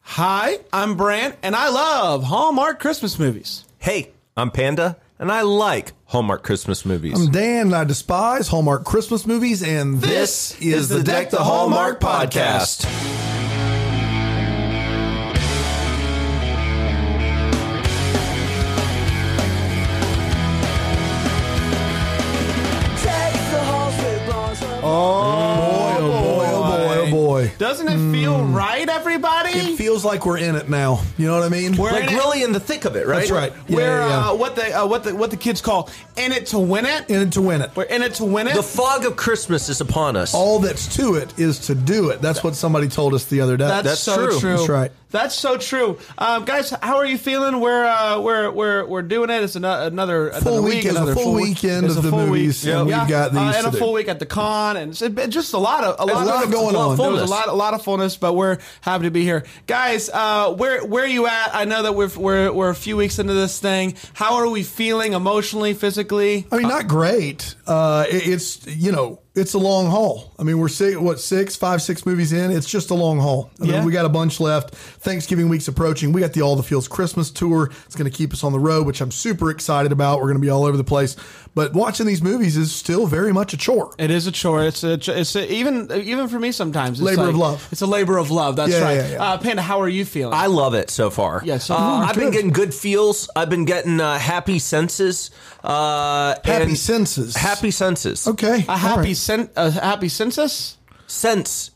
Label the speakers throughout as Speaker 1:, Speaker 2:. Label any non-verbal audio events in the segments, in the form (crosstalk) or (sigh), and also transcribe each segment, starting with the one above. Speaker 1: Hi, I'm Brant, and I love Hallmark Christmas movies.
Speaker 2: Hey, I'm Panda, and I like Hallmark Christmas movies.
Speaker 3: I'm Dan, and I despise Hallmark Christmas movies, and
Speaker 2: this is the Deck the Hallmark podcast.
Speaker 3: Boy, oh boy, oh boy, oh boy.
Speaker 1: Doesn't it feel
Speaker 2: Hmm.
Speaker 1: right,
Speaker 3: It
Speaker 1: everybody?
Speaker 3: feels like we're in it now. You know what I mean?
Speaker 1: We're
Speaker 2: Like
Speaker 1: in it.
Speaker 2: really in the thick of it, right?
Speaker 3: That's right. Yeah,
Speaker 1: We're
Speaker 3: yeah, yeah.
Speaker 1: Uh, what the uh, what the what the kids call in it to win it.
Speaker 3: in it to win it.
Speaker 1: We're in it to win it.
Speaker 2: The fog of Christmas is upon us.
Speaker 3: All that's to it is to do it. That's what somebody told us the other day.
Speaker 1: that's,
Speaker 2: that's
Speaker 1: so true.
Speaker 2: true.
Speaker 3: That's right.
Speaker 1: That's so true, um, guys. How are you feeling? We're uh, we're we're we're doing it. It's ano- another
Speaker 3: Full
Speaker 1: another week,
Speaker 3: weekend, a
Speaker 1: another
Speaker 3: full weekend
Speaker 1: It's
Speaker 3: of
Speaker 1: a
Speaker 3: the
Speaker 1: full
Speaker 3: movies,
Speaker 1: Week.
Speaker 3: and we've got
Speaker 1: Uh,
Speaker 3: these
Speaker 1: and a
Speaker 3: to
Speaker 1: full
Speaker 3: do.
Speaker 1: week at the con, and it's been just a lot of a lot,
Speaker 3: lot
Speaker 1: of
Speaker 3: going
Speaker 1: a lot
Speaker 3: on.
Speaker 1: of fullness.
Speaker 2: Fullness.
Speaker 1: A lot, a lot of fullness. But we're happy to be here, guys. Uh, where where you at? I know that we're we're we're a few weeks into this thing. How are we feeling emotionally, physically?
Speaker 3: I mean, not great. Uh, it- it's you know, it's a long haul. I mean, we're six, what six, five, six movies in. It's just a long haul. I
Speaker 1: Yeah.
Speaker 3: mean, we got a bunch left. Thanksgiving week's approaching. We got the All the Fields Christmas tour. It's going to keep us on the road, which I'm super excited about. We're going to be all over the place. But watching these movies is still very much a chore.
Speaker 1: It is a chore. It's a, ch- it's a, even even for me sometimes. It's
Speaker 3: Labor
Speaker 1: like-
Speaker 3: of love.
Speaker 1: It's a labor of love. That's
Speaker 3: Yeah,
Speaker 1: right.
Speaker 3: yeah, yeah.
Speaker 1: Uh, Panda, how are you feeling?
Speaker 2: I love it so far.
Speaker 1: Yeah, so
Speaker 2: Uh,
Speaker 1: far,
Speaker 2: I've been
Speaker 3: good.
Speaker 2: getting good feels. I've been getting uh, happy senses. Uh,
Speaker 3: Happy
Speaker 2: and-
Speaker 3: senses.
Speaker 2: Happy senses.
Speaker 3: Okay.
Speaker 1: a happy
Speaker 3: All right.
Speaker 1: sen- a happy census.
Speaker 2: Sense.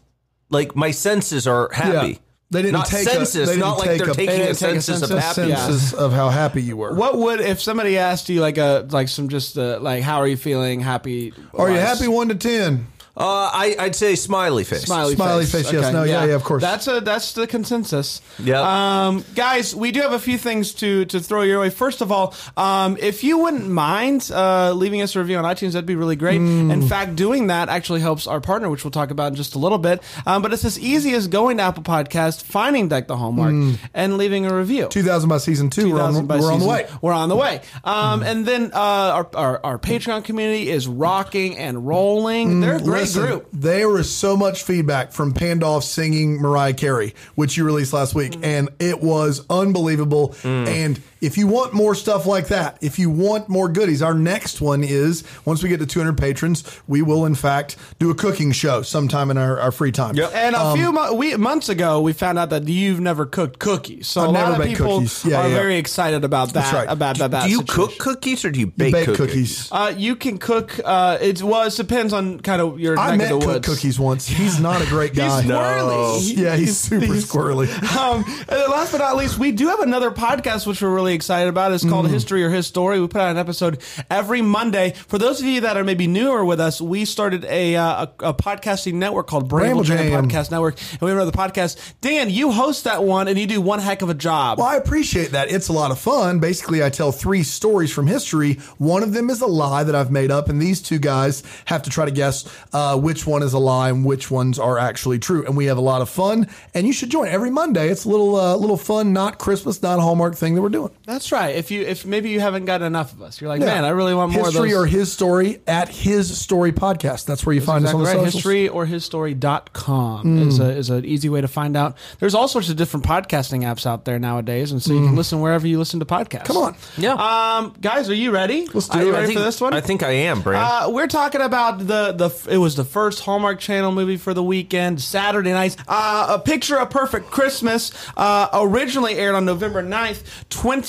Speaker 2: Like my senses are happy.
Speaker 3: Yeah. They didn't
Speaker 2: not
Speaker 3: take a-
Speaker 2: census.
Speaker 3: they didn't
Speaker 2: not like
Speaker 3: take
Speaker 2: they're
Speaker 3: a-
Speaker 2: taking
Speaker 1: They
Speaker 2: a
Speaker 1: didn't take a
Speaker 2: census of
Speaker 1: census.
Speaker 2: happy.
Speaker 3: senses of how happy you were.
Speaker 1: What would if somebody asked you like a like some just uh, like how are you feeling? Happy?
Speaker 3: Are you
Speaker 1: wise?
Speaker 3: happy one to ten?
Speaker 2: Uh, I, I'd say smiley face.
Speaker 1: Smiley,
Speaker 3: Smiley
Speaker 1: face.
Speaker 3: face, yes. No, yeah, yeah, of course.
Speaker 1: That's a that's the consensus.
Speaker 2: Yep.
Speaker 1: Um, guys, we do have a few things to to throw your way. First of all, um, if you wouldn't mind uh, leaving us a review on iTunes, that'd be really great.
Speaker 3: Hmm.
Speaker 1: In fact, doing that actually helps our partner, which we'll talk about in just a little bit. Um, but it's as easy as going to Apple Podcast, finding Deck the Hallmark,
Speaker 3: Hmm.
Speaker 1: and leaving a review.
Speaker 3: Two thousand by season two. We're on,
Speaker 1: 2000 by
Speaker 3: we're on the way.
Speaker 1: season. We're on the way. Um, and then uh, our, our our Patreon community is rocking and rolling. They're a great
Speaker 3: Mm, Listen,
Speaker 1: group.
Speaker 3: There was so much feedback from Pandolf singing Mariah Carey, which you released last week,
Speaker 1: Mm.
Speaker 3: and it was unbelievable. And if you want more stuff like that, if you want more goodies, our next one is once we get to 200 patrons, we will in fact do a cooking show sometime in our, our free time.
Speaker 2: Yep.
Speaker 1: And a few mo- we, months ago, we found out that you've never cooked cookies. So a
Speaker 3: I've
Speaker 1: lot
Speaker 3: Oh, never
Speaker 1: of
Speaker 3: baked
Speaker 1: people
Speaker 3: cookies. Yeah,
Speaker 1: are
Speaker 3: yeah.
Speaker 1: very excited about that.
Speaker 3: right.
Speaker 1: About that. that
Speaker 2: do you
Speaker 1: situation.
Speaker 2: cook cookies or do you bake,
Speaker 3: Bake
Speaker 2: cookies?
Speaker 3: cookies.
Speaker 1: Uh, you can cook. Uh, it well, it depends on kind of your
Speaker 3: I
Speaker 1: neck
Speaker 3: met
Speaker 1: of the
Speaker 3: Cook
Speaker 1: woods.
Speaker 3: Cookies once. He's not
Speaker 1: (laughs)
Speaker 3: a great guy.
Speaker 1: squirrely. He-
Speaker 3: Yeah, he's,
Speaker 1: he's-
Speaker 3: super
Speaker 1: he's-
Speaker 3: squirrely.
Speaker 1: um, and then last but not least, we do have another podcast which we're really excited about. It's
Speaker 3: Mm.
Speaker 1: called History or His Story. We put out an episode every Monday. For those of you that are maybe newer with us, we started a uh, a, a podcasting network called Bramble,
Speaker 3: Bramble
Speaker 1: Jam
Speaker 3: Jam.
Speaker 1: Podcast Network, and we have another podcast. Dan, you host that one, and you do one heck of a job.
Speaker 3: Well, I appreciate that. It's a lot of fun. Basically, I tell three stories from history. One of them is a lie that I've made up, and these two guys have to try to guess uh, which one is a lie and which ones are actually true. And we have a lot of fun. And you should join every Monday. It's a little, uh, little fun, not Christmas, not Hallmark thing that we're doing.
Speaker 1: That's right. If you if maybe you haven't gotten enough of us, you're like,
Speaker 3: Yeah.
Speaker 1: man, I really want more
Speaker 3: History
Speaker 1: of those.
Speaker 3: or his story at his story podcast. That's where you find
Speaker 1: Exactly
Speaker 3: us on the
Speaker 1: right.
Speaker 3: socials. Mm.
Speaker 1: History or history.com is a is an easy way to find out. There's all sorts of different podcasting apps out there nowadays, and so you can listen wherever you listen to podcasts.
Speaker 3: Mm. Come on.
Speaker 2: Yeah.
Speaker 1: Um, guys, are you ready? Let's
Speaker 3: do
Speaker 1: are you
Speaker 3: it.
Speaker 1: ready
Speaker 2: I think,
Speaker 1: for this one?
Speaker 2: I think I am,
Speaker 3: Ah,
Speaker 2: Brand.
Speaker 1: Uh, we're talking about the the it was the first Hallmark Channel movie for the weekend, Saturday nights. Uh, a Picture of Perfect Christmas uh, originally aired on November 9th,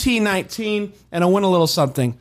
Speaker 1: 2019, and I went a little something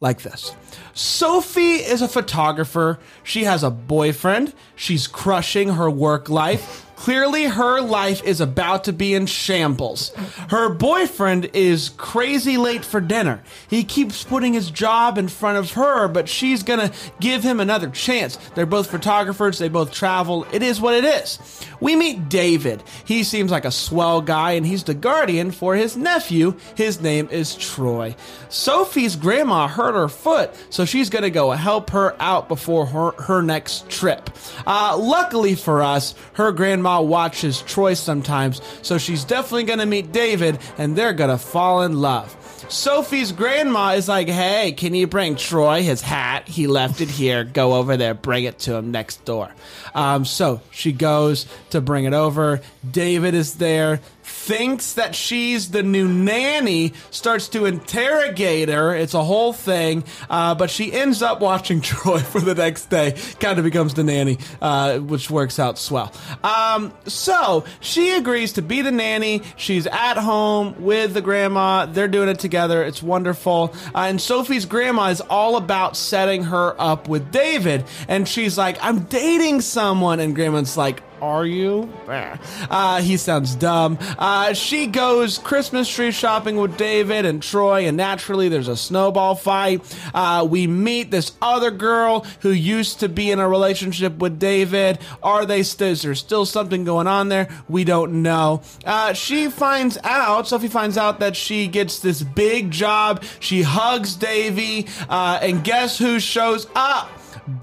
Speaker 1: like this. Sophie is a photographer. She has a boyfriend. She's crushing her work life. Clearly, her life is about to be in shambles. Her boyfriend is crazy late for dinner. He keeps putting his job in front of her, but she's gonna give him another chance. They're both photographers, they both travel. It is what it is. We meet David. He seems like a swell guy, and he's the guardian for his nephew. His name is Troy. Sophie's grandma hurt her foot, so she's gonna go help her out before her, her next trip. Uh, luckily for us, her grandma watches Troy sometimes, so she's definitely gonna meet David, and they're gonna fall in love. Sophie's grandma is like, hey, can you bring Troy his hat? He left it here. Go over there, bring it to him next door. Um, so she goes to bring it over. David is there, thinks that she's the new nanny, starts to interrogate her. It's a whole thing, uh, but she ends up watching (laughs) Troy for the next day. Kind of becomes the nanny, uh, which works out swell. Um, so she agrees to be the nanny. She's at home with the grandma. They're doing it together. It's wonderful. Uh, and Sophie's grandma is all about setting her up with David. And she's like, I'm dating someone. And grandma's like, are you? Uh, he sounds dumb. Uh, she goes Christmas tree shopping with David and Troy, and naturally there's a snowball fight. Uh, we meet this other girl who used to be in a relationship with David. Are they still? Is there still something going on there? We don't know. Uh, she finds out. Sophie finds out that she gets this big job. She hugs Davy, uh, and guess who shows up?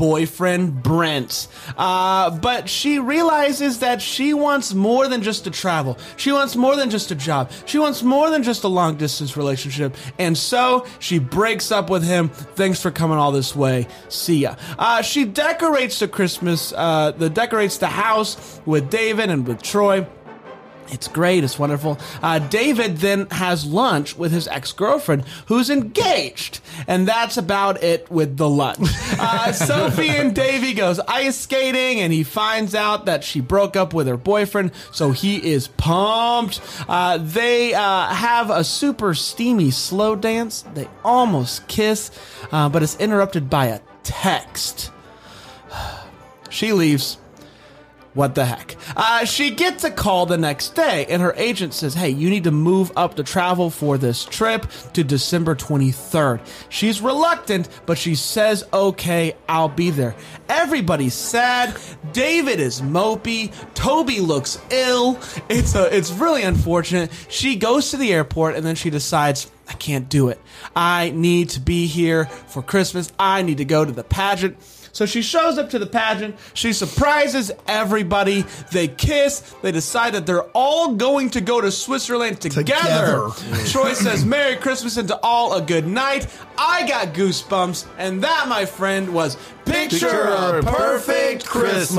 Speaker 1: boyfriend Brent. Uh, but she realizes that she wants more than just to travel. She wants more than just a job. She wants more than just a long distance relationship. And so she breaks up with him. Thanks for coming all this way. See ya. Uh, she decorates the Christmas, uh, the decorates the house with David and with Troy. It's great. It's wonderful. Uh, David then has lunch with his ex girlfriend, who's engaged, and that's about it with the lunch. Uh, Sophie and Davy goes ice skating, and he finds out that she broke up with her boyfriend, so he is pumped. Uh, they uh, have a super steamy slow dance. They almost kiss, uh, but it's interrupted by a text. (sighs) She leaves. What the heck? Uh, she gets a call the next day, and her agent says, Hey, you need to move up the travel for this trip to December 23rd. She's reluctant, but she says, Okay, I'll be there. Everybody's sad. David is mopey. Toby looks ill. It's, a, it's really unfortunate. She goes to the airport, and then she decides, I can't do it. I need to be here for Christmas. I need to go to the pageant. So she shows up to the pageant. She surprises everybody. They kiss. They decide that they're all going to go to Switzerland together.
Speaker 3: Together.
Speaker 1: Troy says, Merry Christmas and to all a good night. I got goosebumps. And that, my friend, was Picture, a Perfect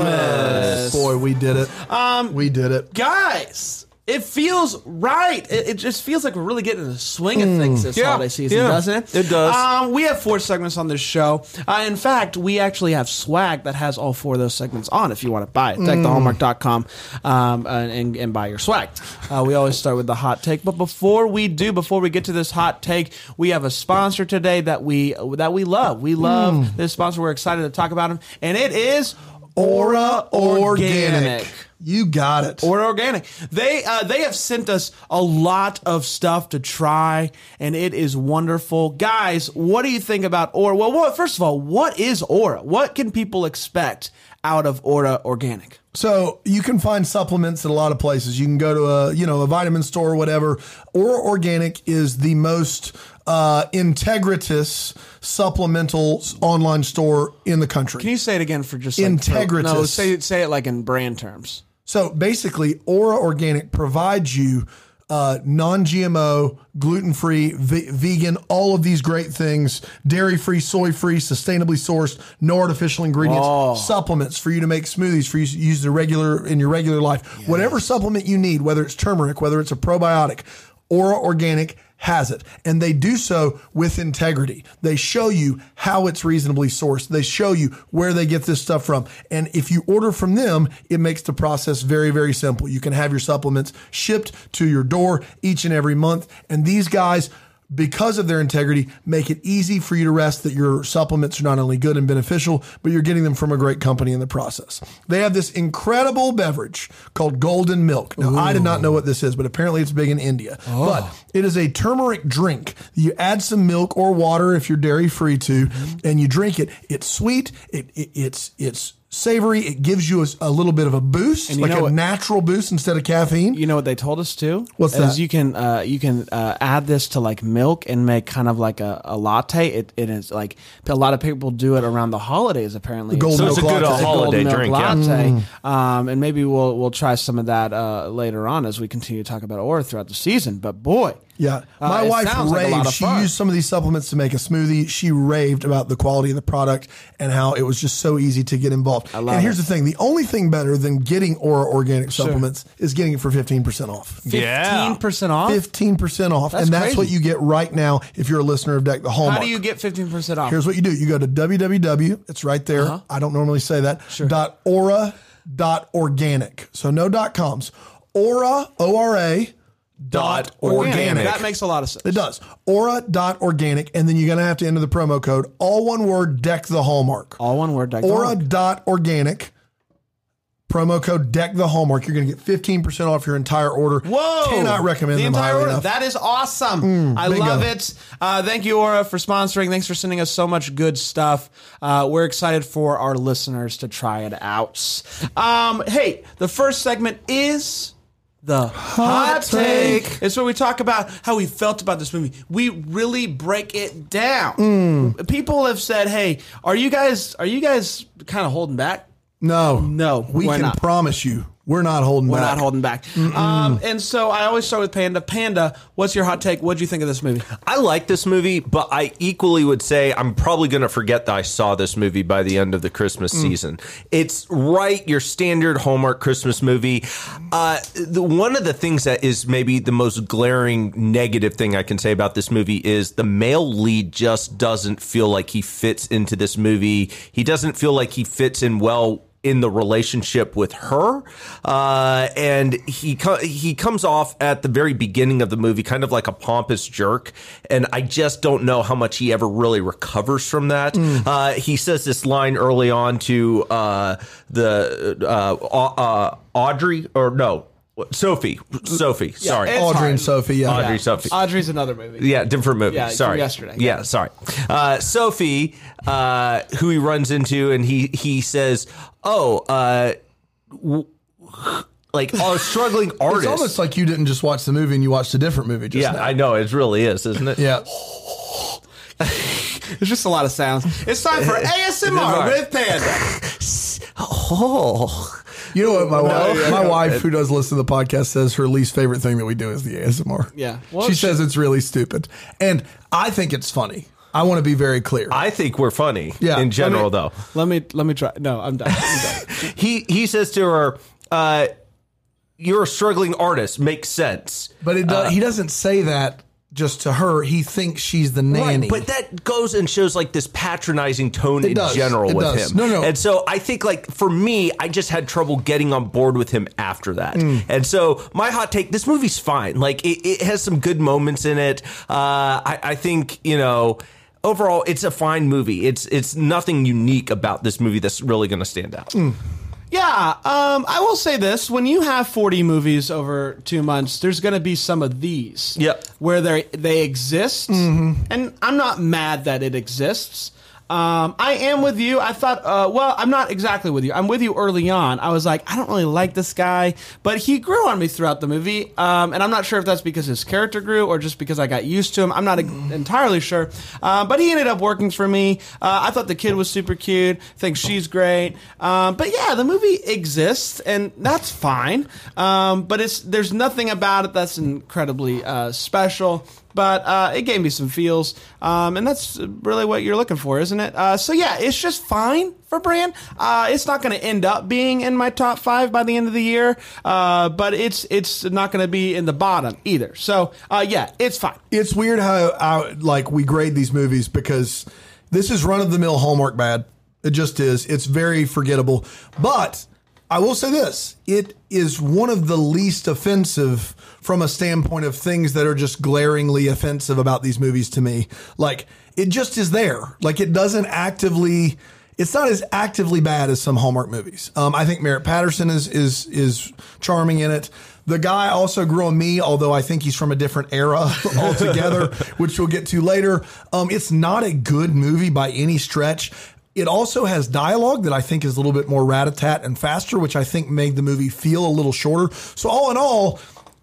Speaker 1: Christmas.
Speaker 3: Boy, we did it. Um, we did it.
Speaker 1: Guys. It feels right. It, it just feels like we're really getting in the swing of things this
Speaker 2: Yeah,
Speaker 1: holiday season,
Speaker 2: yeah,
Speaker 1: doesn't it?
Speaker 2: it does.
Speaker 1: Um, we have four segments on this show. Uh, in fact, we actually have swag that has all four of those segments on if you want to buy it.
Speaker 2: Mm.
Speaker 1: TechTheHallmark.com um, and, and, and buy your swag. Uh, we always start with the hot take. But before we do, before we get to this hot take, we have a sponsor today that we that we love. We love
Speaker 2: Mm.
Speaker 1: this sponsor. We're excited to talk about him. And it is
Speaker 3: Aura Organic. You got it.
Speaker 1: or organic. They uh, they have sent us a lot of stuff to try, and it is wonderful, guys. What do you think about Aura? Well, well first of all, what is Aura? What can people expect out of Aura Organic?
Speaker 3: So you can find supplements at a lot of places. You can go to a you know a vitamin store or whatever. Aura Organic is the most uh, integritous supplemental s- online store in the country.
Speaker 1: Can you say it again for just like,
Speaker 3: Integritas.
Speaker 1: no, say it- say it like in brand terms.
Speaker 3: So basically, Aura Organic provides you uh, non GMO, gluten free, ve- vegan, all of these great things dairy free, soy free, sustainably sourced, no artificial ingredients, supplements for you to make smoothies, for you to use the regular, in your regular life. Whatever supplement you need, whether it's turmeric, whether it's a probiotic, Aura Organic has it. And they do so with integrity. They show you how it's reasonably sourced. They show you where they get this stuff from. And if you order from them, it makes the process very, very simple. You can have your supplements shipped to your door each and every month. And these guys, because of their integrity, make it easy for you to rest that your supplements are not only good and beneficial, but you're getting them from a great company in the process. They have this incredible beverage called golden milk. Now, I did not know what this is, but apparently it's big in India.
Speaker 1: Oh.
Speaker 3: But it is a turmeric drink. You add some milk or water if you're dairy free to, and you drink it. It's sweet. It, it, it's it's savory. It gives you a, a little bit of a boost,
Speaker 1: you
Speaker 3: like
Speaker 1: know
Speaker 3: a
Speaker 1: what-
Speaker 3: natural boost instead of caffeine.
Speaker 1: You know what they told us too?
Speaker 3: What's
Speaker 1: Is
Speaker 3: that?
Speaker 1: You can uh, you can uh, add this to like milk and make kind of like a, a latte. It, it is like a lot of people do it around the holidays. Apparently,
Speaker 3: gold
Speaker 1: It's
Speaker 2: So it's a
Speaker 3: milk
Speaker 2: good
Speaker 1: a
Speaker 2: uh,
Speaker 3: latte. Mm. It's
Speaker 1: gold
Speaker 2: holiday
Speaker 1: milk
Speaker 2: drink. Yeah.
Speaker 1: latte. Um, and maybe we'll we'll try some of that uh, later on as we continue to talk about Aura throughout the season. But boy,
Speaker 3: Yeah.
Speaker 1: uh,
Speaker 3: My
Speaker 1: it
Speaker 3: wife
Speaker 1: sounds like a
Speaker 3: raved.
Speaker 1: lot of
Speaker 3: she
Speaker 1: fun.
Speaker 3: used some of these supplements to make a smoothie. She raved about the quality of the product and how it was just so easy to get involved.
Speaker 1: love
Speaker 3: and here's
Speaker 1: it.
Speaker 3: the thing the only thing better than getting Aura organic supplements is getting it for 15% off.
Speaker 1: fifteen
Speaker 2: Yeah.
Speaker 1: percent off.
Speaker 3: Fifteen percent off,
Speaker 1: That's
Speaker 3: and that's
Speaker 1: crazy.
Speaker 3: what you get right now if you're a listener of Deck the Hallmark.
Speaker 1: How do you get fifteen percent off?
Speaker 3: Here's what you do: you go to www. It's right there.
Speaker 1: Uh-huh.
Speaker 3: I don't normally say that. Dot aura. Dot organic. So no dot coms. Aura. O R A. Dot
Speaker 1: Organic.
Speaker 3: organic.
Speaker 1: That makes a lot of sense.
Speaker 3: It does. Aura.organic, and then you're going to have to enter the promo code, all one word, deck the hallmark.
Speaker 1: All one word. Dr. Monk.
Speaker 3: Aura.organic, promo code deck the hallmark. You're going to get 15% off your entire order.
Speaker 1: Whoa!
Speaker 3: Cannot recommend
Speaker 1: the
Speaker 3: them
Speaker 1: entire
Speaker 3: highly
Speaker 1: order.
Speaker 3: enough. Mm,
Speaker 1: That is awesome. I
Speaker 3: bingo.
Speaker 1: love it. Uh, thank you, Aura, for sponsoring. Thanks for sending us so much good stuff. Uh, we're excited for our listeners to try it out. Um, hey, the first segment is. The hot, take.
Speaker 3: take.
Speaker 1: It's where we talk about how we felt about this movie. We really break it down.
Speaker 3: Mm.
Speaker 1: People have said, "Hey, are you guys are you guys kind of holding back?"
Speaker 3: no.
Speaker 1: No,
Speaker 3: We
Speaker 1: we're
Speaker 3: can
Speaker 1: not.
Speaker 3: promise you, we're not holding
Speaker 1: We're
Speaker 3: back.
Speaker 1: not holding back. Um, and so I always start with Panda. Panda, what's your hot take? What do you think of this movie?
Speaker 2: I like this movie, but I equally would say I'm probably going to forget that I saw this movie by the end of the Christmas season. It's right your standard Hallmark Christmas movie. Uh, the, one of the things that is maybe the most glaring negative thing I can say about this movie is the male lead just doesn't feel like he fits into this movie. He doesn't feel like he fits in well in the relationship with her, uh, and he co- he comes off at the very beginning of the movie kind of like a pompous jerk, and I just don't know how much he ever really recovers from that. Uh, he says this line early on to uh, the uh, Au- uh, Audrey or no Sophie Sophie sorry
Speaker 1: it's
Speaker 3: Audrey
Speaker 1: hard.
Speaker 3: and Sophie, yeah.
Speaker 2: Audrey Sophie
Speaker 1: Audrey's another movie.
Speaker 2: yeah, different movie.
Speaker 1: Yeah, from
Speaker 2: sorry.
Speaker 1: yesterday.
Speaker 2: Yeah, sorry. Uh, Sophie, uh, who he runs into, and he he says, "Oh, uh, w- like a struggling
Speaker 3: (laughs) It's
Speaker 2: artist."
Speaker 3: almost like you didn't just watch the movie and you watched a different movie just
Speaker 2: yeah,
Speaker 3: now.
Speaker 2: I know it really is, isn't it?
Speaker 3: yeah.
Speaker 1: There's just a lot of sounds. It's time
Speaker 2: (laughs)
Speaker 1: for ASMR with Panda.
Speaker 2: Oh,
Speaker 3: You know what my wife,
Speaker 2: yeah,
Speaker 3: my wife who does listen to the podcast says her least favorite thing that we do is the ASMR.
Speaker 1: Yeah. Well,
Speaker 3: she
Speaker 1: she-
Speaker 3: says it's really stupid. And I think it's funny. I want to be very clear.
Speaker 2: I think we're funny.
Speaker 3: Yeah,
Speaker 2: in general,
Speaker 3: I mean-
Speaker 2: though.
Speaker 1: Let me let me try. No, I'm done. I'm done.
Speaker 2: He he says to her, uh, "You're a struggling artist. Makes sense."
Speaker 3: but it do,
Speaker 1: Uh,
Speaker 3: he doesn't say that just to her. He thinks she's the nanny.
Speaker 2: Right, but that goes and shows like this patronizing tone in
Speaker 3: does.
Speaker 2: general
Speaker 3: It
Speaker 2: with
Speaker 3: does.
Speaker 2: him.
Speaker 3: No, no.
Speaker 2: And so I think like for me, I just had trouble getting on board with him after that.
Speaker 3: Mm.
Speaker 2: And so my hot take: this movie's fine. Like it, it has some good moments in it. Uh, I, I think you know. Overall, it's a fine movie. It's it's nothing unique about this movie that's really going to stand out.
Speaker 3: Mm.
Speaker 1: Yeah, um, I will say this: when you have forty movies over two months, there's going to be some of these,
Speaker 2: Yep.
Speaker 1: where they they exist, and I'm not mad that it exists. Um, I am with you. I thought, uh, well, I'm not exactly with you. I'm with you early on. I was like, I don't really like this guy, but he grew on me throughout the movie, um, and I'm not sure if that's because his character grew or just because I got used to him. I'm not e-, entirely sure, uh, but he ended up working for me. Uh, I thought the kid was super cute. Think she's great. Um, but yeah, the movie exists, and that's fine. Um, but it's there's nothing about it that's incredibly uh, special. But uh, it gave me some feels, um, and that's really what you're looking for, isn't it? Uh, so yeah, it's just fine for Brand. Uh, it's not going to end up being in my top five by the end of the year, uh, but it's it's not going to be in the bottom either. So uh, yeah, it's fine.
Speaker 3: it's weird how I, like we grade these movies because this is run of the mill Hallmark bad. It just is. It's very forgettable. But I will say this: it is one of the least offensive from a standpoint of things that are just glaringly offensive about these movies to me. Like it just is there. Like it doesn't actively. It's not as actively bad as some Hallmark movies. Um, I think Merritt Patterson is is is charming in it. The guy also grew on me, although I think he's from a different era (laughs)
Speaker 2: (laughs)
Speaker 3: altogether, which we'll get to later. Um, it's not a good movie by any stretch. It also has dialogue that I think is a little bit more rat a tat and faster, which I think made the movie feel a little shorter. So, all in all,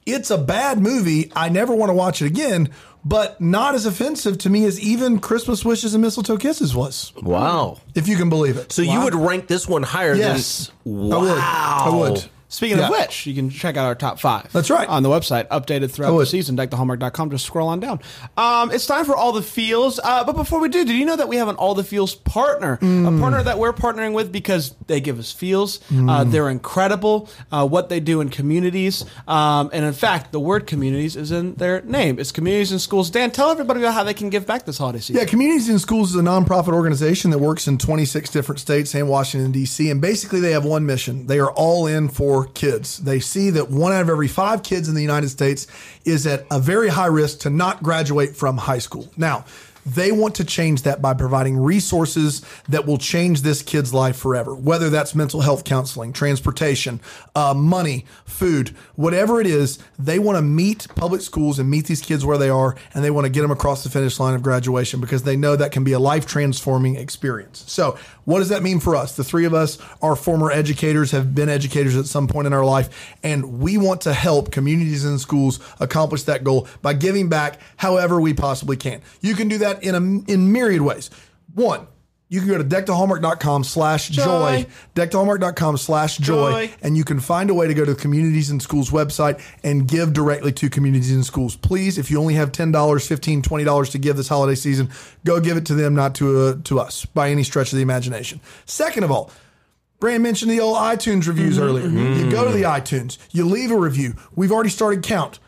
Speaker 3: it's a bad movie. I never want to watch it again, but not as offensive to me as even Christmas Wishes and Mistletoe Kisses was,
Speaker 2: Wow.
Speaker 3: if you can believe it.
Speaker 2: So you would rank this one higher
Speaker 3: Yes.
Speaker 2: than
Speaker 3: I would. I would.
Speaker 1: Speaking
Speaker 3: Yeah.
Speaker 1: of which, you can check out our top five.
Speaker 3: That's right. Oh,
Speaker 1: On the website, updated throughout the
Speaker 3: would.
Speaker 1: season, deckthehallmark.com. Just scroll on down. Um, it's time for All the Feels. Uh, but before we do, did you know that we have an All the Feels partner?
Speaker 3: Mm.
Speaker 1: A partner that we're partnering with because they give us feels. Uh,
Speaker 3: Mm.
Speaker 1: they're incredible, uh, what they do in communities. Um, and in fact, the word communities is in their name. It's Communities and Schools. Dan, tell everybody about how they can give back this holiday season.
Speaker 3: Yeah, Communities in Schools is a nonprofit organization that works in 26 different states and Washington, D.C. And basically, they have one mission. They are all in for kids. They see that one out of every five kids in the United States is at a very high risk to not graduate from high school. Now, they want to change that by providing resources that will change this kid's life forever, whether that's mental health counseling, transportation, uh, money, food, whatever it is. They want to meet public schools and meet these kids where they are, and they want to get them across the finish line of graduation because they know that can be a life transforming experience. So, what does that mean for us? The three of us are former educators, have been educators at some point in our life, and we want to help communities and schools accomplish that goal by giving back however we possibly can. You can do that in a, in myriad ways. One, you can go to decktohallmark.com slash
Speaker 1: Joy.
Speaker 3: joy, decktohallmark.com slash joy,
Speaker 1: Joy.
Speaker 3: and you can find a way to go to the Communities and Schools website and give directly to Communities and Schools. Please, if you only have $10, $15, $20 to give this holiday season, go give it to them, not to, uh, to us by any stretch of the imagination. Second of all, Brand mentioned the old iTunes reviews earlier. You go to the iTunes, you leave a review. We've already started count.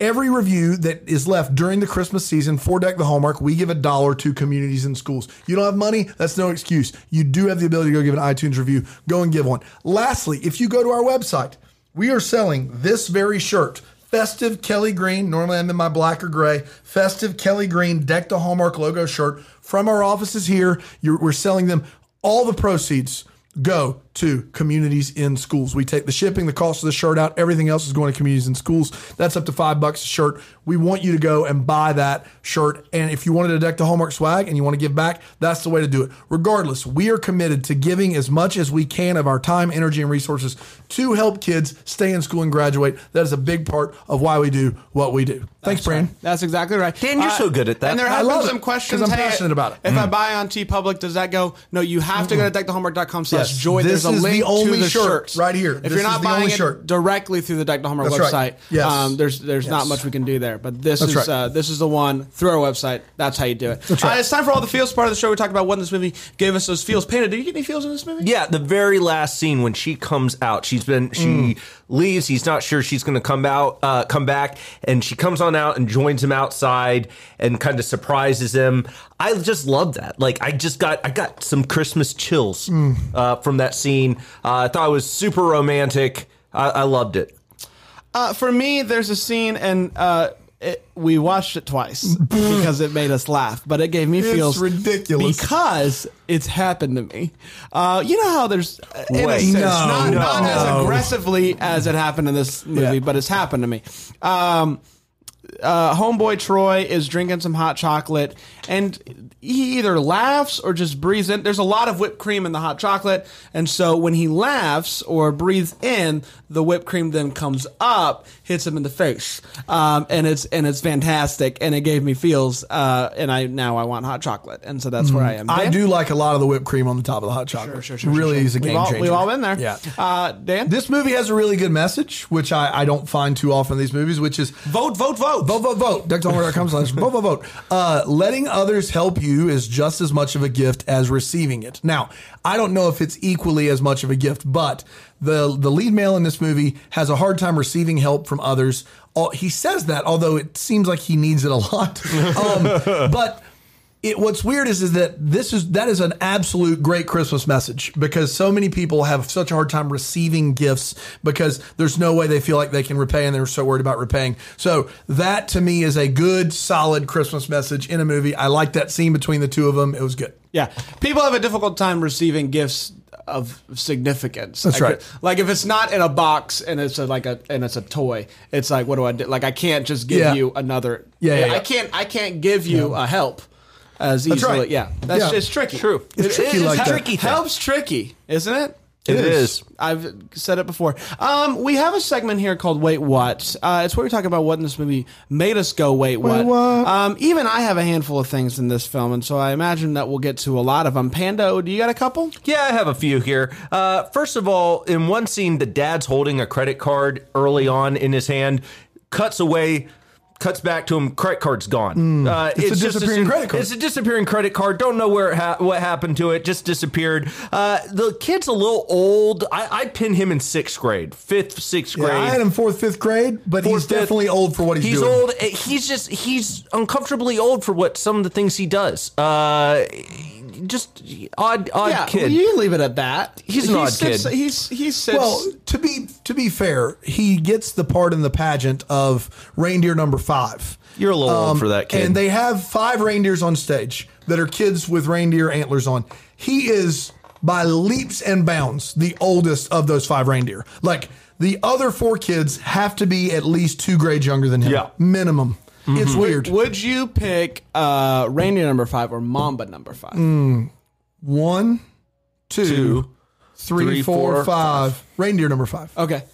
Speaker 3: Every review that is left during the Christmas season for Deck the Hallmark, we give a dollar to communities and schools. You don't have money, that's no excuse. You do have the ability to go give an iTunes review. Go and give one. Lastly, if you go to our website, we are selling this very shirt. Festive Kelly Green, normally I'm in my black or gray. Festive Kelly Green Deck the Hallmark logo shirt from our offices here. You're, we're selling them. All the proceeds go to communities in schools. We take the shipping, the cost of the shirt out, everything else is going to communities in schools. That's up to five bucks a shirt. We want you to go and buy that shirt. And if you wanted to deck the Hallmark swag and you want to give back, that's the way to do it. Regardless, we are committed to giving as much as we can of our time, energy, and resources to help kids stay in school and graduate. That is a big part of why we do what we do. Thanks, Bran.
Speaker 1: That's exactly right. Uh,
Speaker 2: Dan, you're so good at that.
Speaker 1: And there
Speaker 2: I
Speaker 1: have
Speaker 3: love
Speaker 1: been
Speaker 3: it,
Speaker 1: some
Speaker 3: 'cause
Speaker 1: questions.
Speaker 3: I'm
Speaker 1: hey,
Speaker 3: passionate about it. Mm-hmm.
Speaker 1: If I buy on T Public, does that go? No, you have to go to deckthehallmark.com slash
Speaker 3: Yes.
Speaker 1: joy.
Speaker 3: This
Speaker 1: There's a
Speaker 3: is the
Speaker 1: link
Speaker 3: only
Speaker 1: to the
Speaker 3: shirt
Speaker 1: shirts.
Speaker 3: right here.
Speaker 1: If
Speaker 3: This
Speaker 1: you're
Speaker 3: is
Speaker 1: not
Speaker 3: the only
Speaker 1: buying
Speaker 3: shirt.
Speaker 1: it directly through the Deck the Hallmark
Speaker 3: That's
Speaker 1: website,
Speaker 3: right. Yes.
Speaker 1: um, there's there's not
Speaker 3: Yes.
Speaker 1: much we can do there. But this
Speaker 3: That's
Speaker 1: is
Speaker 3: right.
Speaker 1: uh, this is the one through our website. That's how you do it.
Speaker 3: right.
Speaker 1: Uh, it's time for all the feels part of the show. We talked about what this movie gave us those feels. Panda, did you get any feels in this movie?
Speaker 2: Yeah, the very last scene when she comes out, she's been she leaves. He's not sure she's going to come out, uh, come back, and she comes on out and joins him outside and kind of surprises him. I just love that. Like I just got I got some Christmas chills uh, from that scene. Uh, I thought it was super romantic. I, I loved it.
Speaker 1: Uh, for me, there's a scene, and uh, it, we watched it twice because it made us laugh, but it gave me
Speaker 3: It's
Speaker 1: feels
Speaker 3: ridiculous.
Speaker 1: because it's happened to me. Uh, you know how there's uh, in a
Speaker 2: Wait.
Speaker 1: sense,
Speaker 2: No,
Speaker 1: not, not
Speaker 3: no.
Speaker 1: as aggressively as it happened in this movie,
Speaker 3: Yeah.
Speaker 1: but it's happened to me. Um, uh, homeboy Troy is drinking some hot chocolate, and he either laughs or just breathes in. There's a lot of whipped cream in the hot chocolate, and so when he laughs or breathes in, the whipped cream then comes up, hits him in the face, um, and it's and it's fantastic, and it gave me feels, uh, and I now I want hot chocolate, and so that's where I am.
Speaker 3: Mm-hmm. I
Speaker 1: Dan?
Speaker 3: do like a lot of the whipped cream on the top of the hot chocolate.
Speaker 1: sure, sure,
Speaker 3: really
Speaker 1: sure,
Speaker 3: is a
Speaker 1: We've
Speaker 3: game
Speaker 1: all,
Speaker 3: changer.
Speaker 1: we've all been there.
Speaker 3: Yeah.
Speaker 1: Uh, Dan,
Speaker 3: This movie has a really good message, which I, I don't find too often in these movies, which is
Speaker 1: vote, vote, vote.
Speaker 3: vote, vote, vote.
Speaker 1: (laughs)
Speaker 3: DuckTalker.com slash vote, vote, vote. Uh, letting others help you is just as much of a gift as receiving it. Now, I don't know if it's equally as much of a gift, but the, the lead male in this movie has a hard time receiving help from others. Al- He says that, although it seems like he needs it a lot. (laughs) Um, but it what's weird is is that this is that is an absolute great Christmas message because so many people have such a hard time receiving gifts because there's no way they feel like they can repay and they're so worried about repaying. So that to me is a good solid Christmas message in a movie. I like that scene between the two of them. It was good.
Speaker 1: Yeah, people have a difficult time receiving gifts of significance.
Speaker 3: That's
Speaker 1: I
Speaker 3: right.
Speaker 1: could- like if it's not in a box and it's a, like a and it's a toy, it's like what do I do? Like I can't just give
Speaker 3: Yeah.
Speaker 1: you another.
Speaker 3: Yeah, yeah, yeah.
Speaker 1: I can't. I can't give you a help. as
Speaker 3: That's
Speaker 1: easily.
Speaker 3: right.
Speaker 1: Yeah, that's
Speaker 3: Yeah.
Speaker 1: it's tricky.
Speaker 2: True.
Speaker 3: It's
Speaker 1: It-
Speaker 3: tricky
Speaker 1: it is
Speaker 3: like that.
Speaker 1: tricky. Helps tricky, isn't it?
Speaker 2: It is.
Speaker 1: I've said it before. Um, we have a segment here called "Wait What." Uh, it's where we talk about what in this movie made us go "Wait What."
Speaker 3: what?
Speaker 1: Um, even I have a handful of things in this film, and so I imagine that we'll get to a lot of them. Pando, do you got a couple?
Speaker 2: Yeah, I have a few here. Uh, first of all, in one scene, the dad's holding a credit card early on in his hand, cuts away, cuts back to him. Credit card's gone. Uh, it's,
Speaker 3: Hmm. a
Speaker 2: just
Speaker 3: disappearing credit card.
Speaker 2: It's a disappearing credit card. Don't know where it ha- what happened to it. Just disappeared. Uh, the kid's a little old. I, I pin him in sixth grade, fifth, sixth grade.
Speaker 3: I had him fourth, fifth grade, but
Speaker 2: Fourth,
Speaker 3: he's
Speaker 2: fifth.
Speaker 3: definitely old for what he's,
Speaker 2: He's
Speaker 3: doing.
Speaker 2: old. Uh, He's just he's uncomfortably old for what some of the things he does. Uh, just odd, odd kid.
Speaker 1: well, you can leave it at that.
Speaker 2: He's an
Speaker 1: he
Speaker 2: odd
Speaker 1: sits,
Speaker 2: kid.
Speaker 1: He's he sits.
Speaker 3: Well, to be to be fair, he gets the part in the pageant of reindeer number five. Um,
Speaker 2: You're a little old for that kid.
Speaker 3: And they have five reindeers on stage that are kids with reindeer antlers on. He is by leaps and bounds the oldest of those five reindeer. Like the other four kids have to be at least two grades younger than him.
Speaker 2: Yeah. Mm-hmm.
Speaker 3: Minimum. It's weird.
Speaker 1: would you pick uh, Reindeer number five or Mamba number five?
Speaker 2: Mm.
Speaker 3: One, two,
Speaker 2: Two,
Speaker 3: three,
Speaker 2: three,
Speaker 3: four, five.
Speaker 2: four,
Speaker 3: Reindeer number five.
Speaker 1: Okay.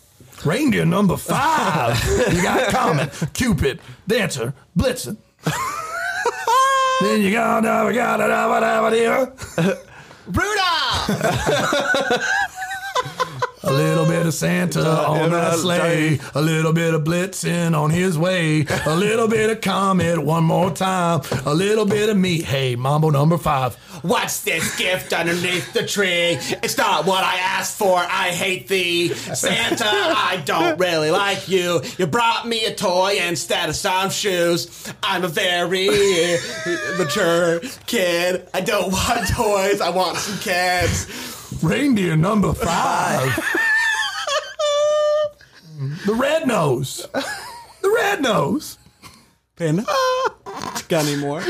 Speaker 3: Reindeer number five. you got Comet, Cupid, Dancer, Blitzen. then you got uh, got it, uh, whatever, dear.
Speaker 1: Rudolph.
Speaker 3: a little bit of Santa on that sleigh, a little bit of Blitzen on his way, a little bit of Comet one more time, a little bit of me. Hey, Mambo number five.
Speaker 1: What's this gift underneath the tree? It's not what I asked for. I hate thee. Santa, I don't really like you. You brought me a toy instead of some shoes. I'm a very mature kid. I don't want toys. I want some kids.
Speaker 3: Reindeer number five. the red nose. The red nose.
Speaker 1: Panda? Got any more?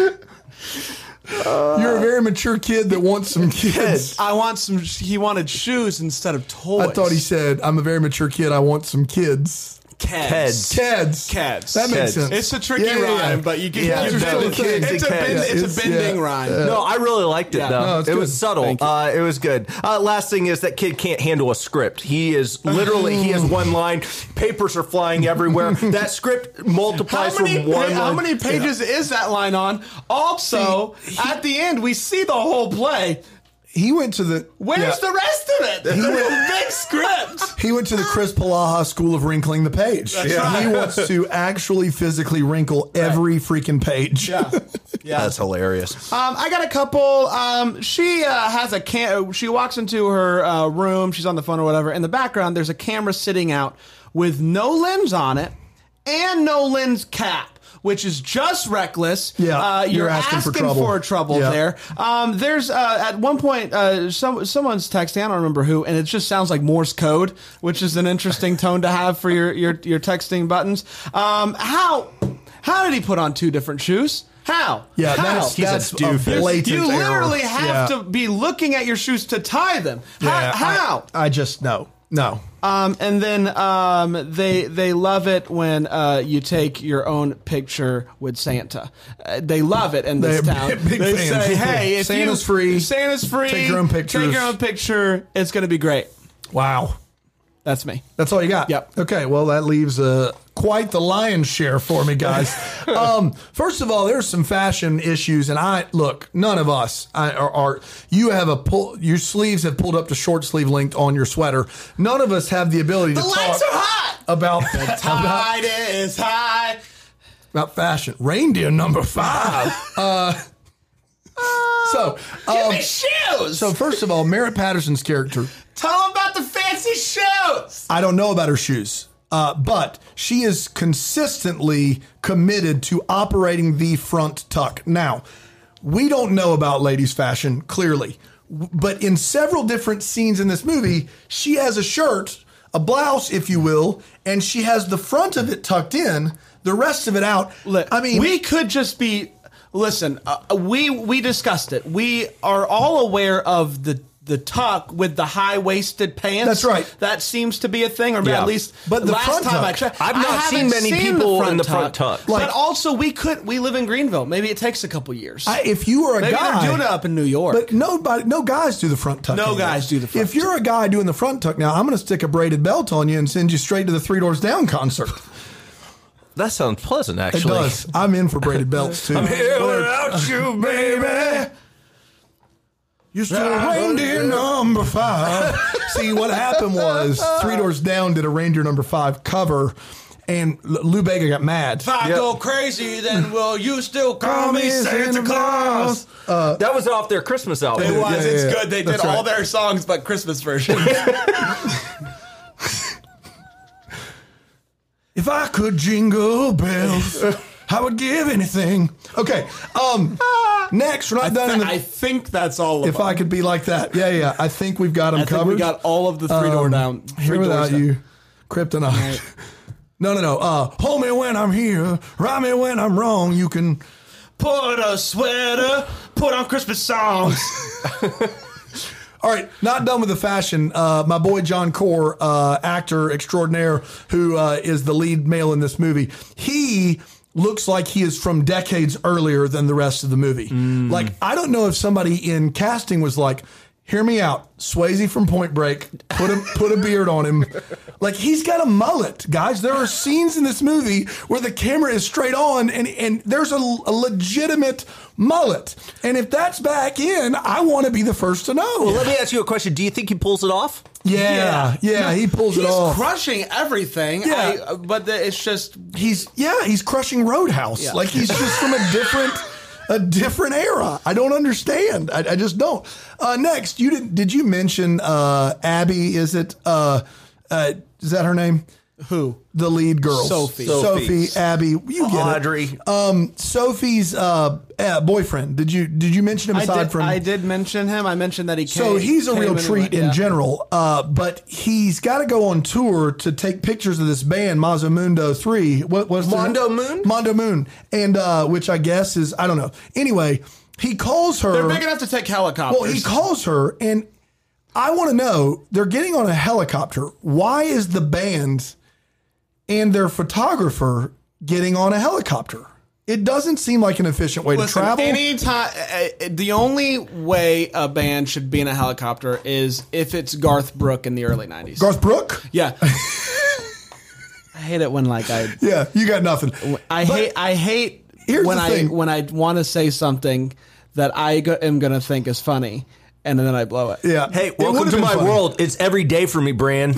Speaker 3: You're a very mature kid that wants some kids.
Speaker 1: I want some. He wanted shoes instead of toys.
Speaker 3: I thought he said, I'm a very mature kid. I want some kids.
Speaker 2: Heads.
Speaker 3: Kids.
Speaker 1: Kids.
Speaker 3: That makes
Speaker 2: Kids.
Speaker 3: sense.
Speaker 1: It's a tricky
Speaker 3: Yeah, yeah, yeah.
Speaker 1: rhyme, but you can.
Speaker 2: Yeah,
Speaker 1: you
Speaker 2: it's
Speaker 1: know,
Speaker 2: really
Speaker 1: it's,
Speaker 2: kids and
Speaker 1: a, bend,
Speaker 2: cats.
Speaker 1: it's,
Speaker 3: It's-
Speaker 1: a bending
Speaker 3: yeah.
Speaker 1: rhyme.
Speaker 2: No, I really liked it
Speaker 1: Uh, Yeah.
Speaker 2: though.
Speaker 1: No,
Speaker 2: it
Speaker 3: it's
Speaker 2: was
Speaker 3: good.
Speaker 2: subtle.
Speaker 1: Thank you.
Speaker 2: Uh, it was good. Uh, last thing is that kid can't handle a script. He is literally he has one line. Papers are flying everywhere.
Speaker 1: (laughs)
Speaker 2: that script multiplies
Speaker 1: How many,
Speaker 2: from one.
Speaker 1: pa- how
Speaker 2: line-
Speaker 1: many pages is that line on? Also, at the end, we see the whole play.
Speaker 3: He went to the.
Speaker 1: Where's
Speaker 3: yeah.
Speaker 1: the rest of it? (laughs) The big
Speaker 2: (laughs)
Speaker 1: script.
Speaker 3: He went to the Chris Palaha School of Wrinkling the Page.
Speaker 1: right.
Speaker 3: He wants to actually physically wrinkle every freaking page.
Speaker 1: yeah.
Speaker 2: That's hilarious.
Speaker 1: Um, I got a couple. Um, she uh, has a cam. She walks into her uh, room. She's on the phone or whatever. In the background, there's a camera sitting out with no lens on it and no lens cap, which is just reckless.
Speaker 3: Yeah,
Speaker 1: uh, you're, asking, for trouble,
Speaker 3: Yeah.
Speaker 1: there. Um, there's uh, at one point uh, some someone's texting. I don't remember who, and it just sounds like Morse code, which is an interesting tone to have for your your, your texting buttons. Um, how how did he put on two different shoes? How?
Speaker 3: Yeah,
Speaker 1: How?
Speaker 3: that's,
Speaker 2: He's a
Speaker 3: that's a,
Speaker 2: doofus.
Speaker 3: blatant
Speaker 1: you
Speaker 3: error.
Speaker 1: literally have
Speaker 3: Yeah.
Speaker 1: to be looking at your shoes to tie them. How?
Speaker 3: Yeah, I-
Speaker 1: how?
Speaker 3: I just no, no.
Speaker 1: um, and then um, they they love it when uh, you take your own picture with Santa. Uh, they love it in this
Speaker 3: (laughs) They're
Speaker 1: town.
Speaker 3: big
Speaker 1: they
Speaker 3: fans.
Speaker 1: say, "Hey, if
Speaker 3: Santa's
Speaker 1: you-
Speaker 3: free.
Speaker 1: Santa's free.
Speaker 3: Take your own
Speaker 1: Take
Speaker 3: pictures."
Speaker 1: your own picture. It's going to be great."
Speaker 3: Wow,
Speaker 1: That's me.
Speaker 3: that's all you got.
Speaker 1: Yep.
Speaker 3: Okay. Well, that leaves uh, quite the lion's share for me,
Speaker 1: (laughs)
Speaker 3: guys. um, first of all, there's some fashion issues, and I look. None of us I, are, are. You have a pull. Your sleeves have pulled up to short sleeve length on your sweater. None of us have the ability to
Speaker 1: The
Speaker 3: talk
Speaker 1: lights are hot. (laughs)
Speaker 3: about about
Speaker 1: Tide is high.
Speaker 3: about fashion. Reindeer
Speaker 1: (laughs)
Speaker 3: number five. uh, so,
Speaker 1: Give
Speaker 3: um,
Speaker 1: me shoes.
Speaker 3: so first of all, Merritt Patterson's character.
Speaker 1: Tell them about the fancy shoes.
Speaker 3: I don't know about her shoes, uh, but she is consistently committed to operating the front tuck. Now, we don't know about ladies' fashion, clearly, w- but in several different scenes in this movie, she has a shirt, a blouse, if you will, and she has the front of it tucked in, the rest of it out.
Speaker 1: Look,
Speaker 3: I mean,
Speaker 1: we could just be. Listen, uh, we we discussed it. We are all aware of the the the tuck with the high waisted pants.
Speaker 3: That's right.
Speaker 1: That seems to be a thing, or
Speaker 2: Yeah.
Speaker 1: at least
Speaker 3: But the
Speaker 1: last
Speaker 3: front
Speaker 1: time I
Speaker 3: tuck,
Speaker 1: checked,
Speaker 2: I've
Speaker 1: I
Speaker 2: not seen
Speaker 1: haven't
Speaker 2: many
Speaker 1: seen
Speaker 2: people in the front tuck.
Speaker 1: but
Speaker 3: Like-
Speaker 1: also, we could. We live in Greenville. Maybe it takes a couple years.
Speaker 3: I, if you are a
Speaker 1: Maybe
Speaker 3: guy,
Speaker 1: they're doing it up in New York.
Speaker 3: But nobody, no guys do the front tuck.
Speaker 1: No
Speaker 3: anymore.
Speaker 1: guys do the front
Speaker 3: If you're a guy doing the front tuck now, I'm going to stick a braided belt on you and send you straight to the Three Doors Down concert.
Speaker 2: That sounds pleasant,
Speaker 3: It
Speaker 2: actually.
Speaker 3: does. I'm in for braided belts
Speaker 1: (laughs)
Speaker 3: too.
Speaker 2: without you, baby.
Speaker 3: You're still reindeer number
Speaker 1: (laughs)
Speaker 3: five. See, what happened was Three Doors Down did a reindeer number five cover, and L- Lou Bega got mad.
Speaker 1: if I
Speaker 2: Yep.
Speaker 1: go crazy, then will you still call me
Speaker 3: Promise
Speaker 1: Santa
Speaker 3: Santa
Speaker 1: Claus?
Speaker 2: that was off their Christmas album.
Speaker 1: It was.
Speaker 3: yeah,
Speaker 1: it's
Speaker 3: yeah.
Speaker 1: good. They did
Speaker 3: That's
Speaker 1: all
Speaker 3: right.
Speaker 1: their songs, but Christmas version.
Speaker 3: (laughs) If I could
Speaker 1: (laughs)
Speaker 3: jingle bells, I would give anything. Okay. Um. Next, we're not done. in the,
Speaker 1: I think that's all.
Speaker 3: if I could be like that, yeah, yeah. I think we've got them
Speaker 1: I think
Speaker 3: covered.
Speaker 1: we got all of the three door
Speaker 3: Um,
Speaker 1: down.
Speaker 3: Here
Speaker 1: Three doors
Speaker 3: without
Speaker 1: down.
Speaker 3: you, kryptonite. (laughs) No, no, no. Uh, hold me when I'm here, right me when I'm wrong. You can.
Speaker 1: Put a sweater. Put on Christmas songs.
Speaker 3: All right, not done with the fashion. Uh, my boy John Core, uh, actor extraordinaire, who uh, is the lead male in this movie, he looks like he is from decades earlier than the rest of the movie. Like, I don't know if somebody in casting was like, "Hear me out, Swayze from Point Break, put a put a beard on him." Like, he's got a mullet, guys. There are scenes in this movie where the camera is straight on, and and there's a, a legitimate mullet. And if that's back in, I want to be the first to know.
Speaker 2: Let me ask you a question. Do you think he pulls it off?
Speaker 3: (laughs) Yeah, yeah, he pulls it
Speaker 1: He's
Speaker 3: off.
Speaker 1: crushing everything.
Speaker 3: Yeah.
Speaker 1: I- uh, but the, it's just
Speaker 3: he's yeah, he's crushing Roadhouse.
Speaker 1: Yeah.
Speaker 3: Like he's just from a different, a different era. I don't understand. I, I just don't. Uh, next, you didn't? Did you mention uh, Abby? Is it? Uh, uh, is that her name?
Speaker 1: who
Speaker 3: The lead girl,
Speaker 1: Sophie.
Speaker 3: Sophie,
Speaker 2: Sophie.
Speaker 3: Abby. You get
Speaker 2: Audrey.
Speaker 3: it. Um, Sophie's uh, uh, boyfriend. Did you did you mention him
Speaker 1: I
Speaker 3: aside
Speaker 1: did,
Speaker 3: from?
Speaker 1: I did mention him. I mentioned that he. Came,
Speaker 3: So he's a
Speaker 1: came
Speaker 3: real
Speaker 1: and
Speaker 3: treat
Speaker 1: went,
Speaker 3: in
Speaker 1: yeah.
Speaker 3: general, uh, but he's got to go on tour to take pictures of this band Mazamundo Three. What was the-
Speaker 2: Mondo Moon?
Speaker 3: Mondo Moon, and uh, which I guess is I don't know. Anyway, he calls her.
Speaker 1: They're big enough to take helicopters.
Speaker 3: Well, he calls her, and I want to know they're getting on a helicopter. Why is the band and their photographer getting on a helicopter? It doesn't seem like an efficient way to
Speaker 1: Listen,
Speaker 3: travel.
Speaker 1: Any time, uh, uh, the only way a band should be in a helicopter is if it's Garth Brooke in the early '90s.
Speaker 3: Garth Brooke.
Speaker 1: yeah. (laughs) I hate it when like I,
Speaker 3: Yeah, you got nothing.
Speaker 1: I
Speaker 3: But-
Speaker 1: hate, I hate
Speaker 3: Here's
Speaker 1: when
Speaker 3: the
Speaker 1: I
Speaker 3: thing.
Speaker 1: when I want to say something that I go, am gonna think is funny, and then I blow it.
Speaker 3: Yeah.
Speaker 2: Hey,
Speaker 3: Uh, It
Speaker 2: welcome
Speaker 3: would've
Speaker 2: to
Speaker 3: been
Speaker 2: my
Speaker 3: funny.
Speaker 2: world. It's every day for me, Bran.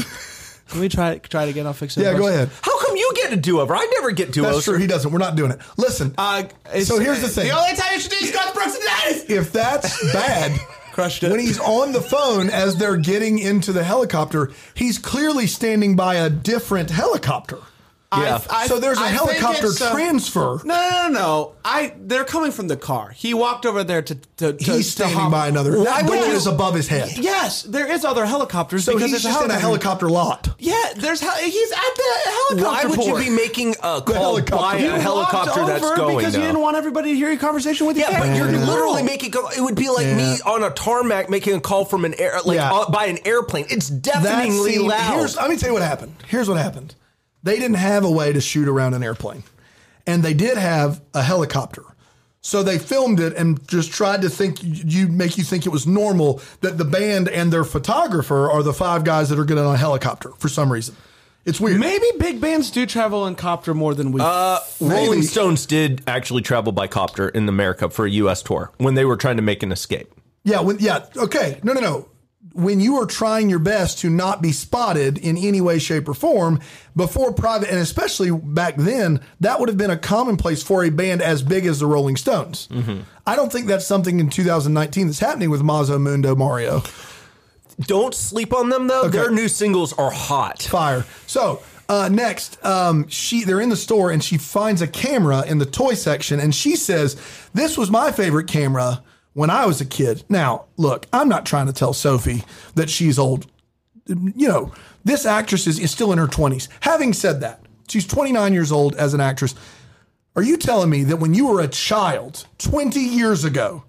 Speaker 1: Can we try try it again? I'll fix it.
Speaker 3: Yeah, go ahead.
Speaker 2: How come you get a do-over? I never get
Speaker 3: That's
Speaker 2: do-overs.
Speaker 3: true. He doesn't. We're not doing it. Listen,
Speaker 1: Uh, it's-
Speaker 3: So here's the thing.
Speaker 1: The only time you should do is Garth Brooks in the '90s.
Speaker 3: if that's bad,
Speaker 1: Crushed it.
Speaker 3: When he's on the phone as they're getting into the helicopter, he's clearly standing by a different helicopter.
Speaker 2: Yeah.
Speaker 3: so there's a
Speaker 1: I think
Speaker 3: helicopter
Speaker 1: it's, uh,
Speaker 3: transfer.
Speaker 1: No, no, no, no. I they're coming from the car. He walked over there to to, to
Speaker 3: he's
Speaker 1: to
Speaker 3: standing
Speaker 1: hop-
Speaker 3: by another.
Speaker 1: Why
Speaker 3: That
Speaker 1: would
Speaker 3: bullet
Speaker 1: you-
Speaker 3: is above his head.
Speaker 1: Yes, there is other helicopters
Speaker 3: So
Speaker 1: because
Speaker 3: he's
Speaker 1: it's
Speaker 3: just in a helicopter lot.
Speaker 1: Yeah, there's hel- he's at the helicopter.
Speaker 2: Why would you
Speaker 1: port.
Speaker 2: be making a call
Speaker 3: helicopter.
Speaker 2: by
Speaker 3: You
Speaker 2: a
Speaker 1: You
Speaker 2: helicopter
Speaker 1: walked
Speaker 2: that's
Speaker 1: over
Speaker 2: going?
Speaker 1: because you
Speaker 2: now?
Speaker 1: didn't want everybody to hear your conversation with your
Speaker 2: Yeah, but
Speaker 1: family.
Speaker 2: you're
Speaker 1: No.
Speaker 2: literally making a, it would be like me
Speaker 3: Yeah.
Speaker 2: on a tarmac making a call from an air like
Speaker 3: Yeah.
Speaker 2: uh, by an airplane. It's
Speaker 3: That
Speaker 2: deafeningly
Speaker 3: scene-
Speaker 2: loud.
Speaker 3: Here's, let me tell you what happened. Here's what happened. They didn't have a way to shoot around an airplane, and they did have a helicopter. So they filmed it and just tried to think you make you think it was normal that the band and their photographer are the five guys that are getting on a helicopter for some reason. It's weird.
Speaker 1: Maybe big bands do travel in copter more than we.
Speaker 2: Rolling
Speaker 3: maybe.
Speaker 2: Stones did actually travel by copter in America for a U.S. tour when they were trying to make an escape.
Speaker 3: Yeah, when, yeah, okay. No, no, no. When you are trying your best to not be spotted in any way, shape, or form before private, and especially back then, that would have been a commonplace for a band as big as the Rolling Stones. I don't think that's something in 2019 that's happening with Mazo Mundo Mario.
Speaker 2: Don't sleep on them though. Their new singles are hot.
Speaker 3: Fire. So uh, next, um, she they're in the store and she finds a camera in the toy section and she says, "This was my favorite camera when I was a kid." Now, look, I'm not trying to tell Sophie that she's old. You know, this actress is, is still in her 20s. Having said that, she's 29 years old as an actress. Are you telling me that when you were a child 20 years ago,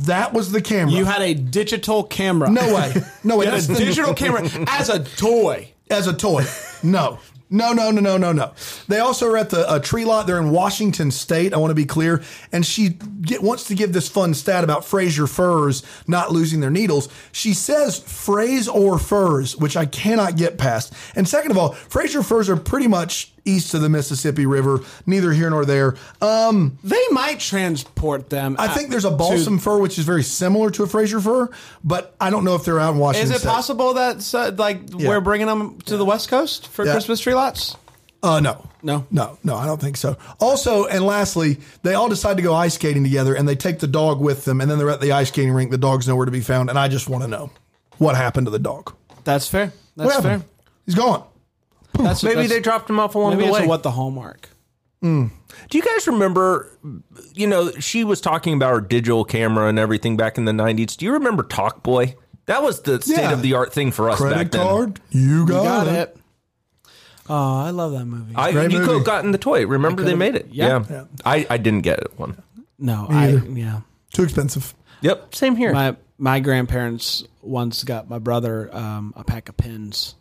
Speaker 3: That was the camera.
Speaker 1: You had a digital camera.
Speaker 3: no way. No way.
Speaker 1: You had
Speaker 3: That's
Speaker 1: a
Speaker 3: the-
Speaker 1: (laughs) digital camera as a toy.
Speaker 3: as a toy. No. No, no, no, no, no, no. They also are at the a tree lot. They're in Washington State. I want to be clear. And she get, wants to give this fun stat about Fraser furs not losing their needles. She says phrase or furs, which I cannot get past. And second of all, Fraser furs are pretty much east of the Mississippi River, neither here nor there. Um,
Speaker 1: They might transport them.
Speaker 3: I
Speaker 1: uh,
Speaker 3: think there's a
Speaker 1: to-
Speaker 3: balsam fir, which is very similar to a Fraser fir, but I don't know if they're out in Washington
Speaker 1: Is it
Speaker 3: State.
Speaker 1: possible that uh, like we're bringing them to the West Coast for
Speaker 3: Yeah.
Speaker 1: Christmas tree lots?
Speaker 3: Uh, no.
Speaker 1: No?
Speaker 3: No, no, I don't think so. Also, and lastly, they all decide to go ice skating together and they take the dog with them and then they're at the ice skating rink. The dog's nowhere to be found. And I just want to know what happened to the dog.
Speaker 1: That's fair.
Speaker 3: What
Speaker 1: That's fair.
Speaker 3: happened? He's gone.
Speaker 1: That's
Speaker 2: Maybe
Speaker 1: that's-
Speaker 2: they dropped him off along
Speaker 1: Maybe
Speaker 2: the
Speaker 1: it's
Speaker 2: way.
Speaker 1: a what the hallmark.
Speaker 2: Do you guys remember? You know, she was talking about her digital camera and everything back in the '90s. Do you remember Talkboy? That was the state
Speaker 3: Yeah.
Speaker 2: of the art thing for us
Speaker 3: Credit
Speaker 2: back then.
Speaker 3: card? You got,
Speaker 1: Got
Speaker 3: it.
Speaker 1: it. Oh, I love that movie.
Speaker 2: I,
Speaker 3: Great
Speaker 2: you could
Speaker 3: movie.
Speaker 2: have gotten the toy. Remember they made it.
Speaker 1: yeah.
Speaker 2: Yeah, I, I didn't get it one.
Speaker 1: no, I
Speaker 3: either.
Speaker 1: yeah.
Speaker 3: Too expensive.
Speaker 2: Yep, same
Speaker 1: (laughs)
Speaker 2: here.
Speaker 1: My my grandparents once got my brother um, a pack of pins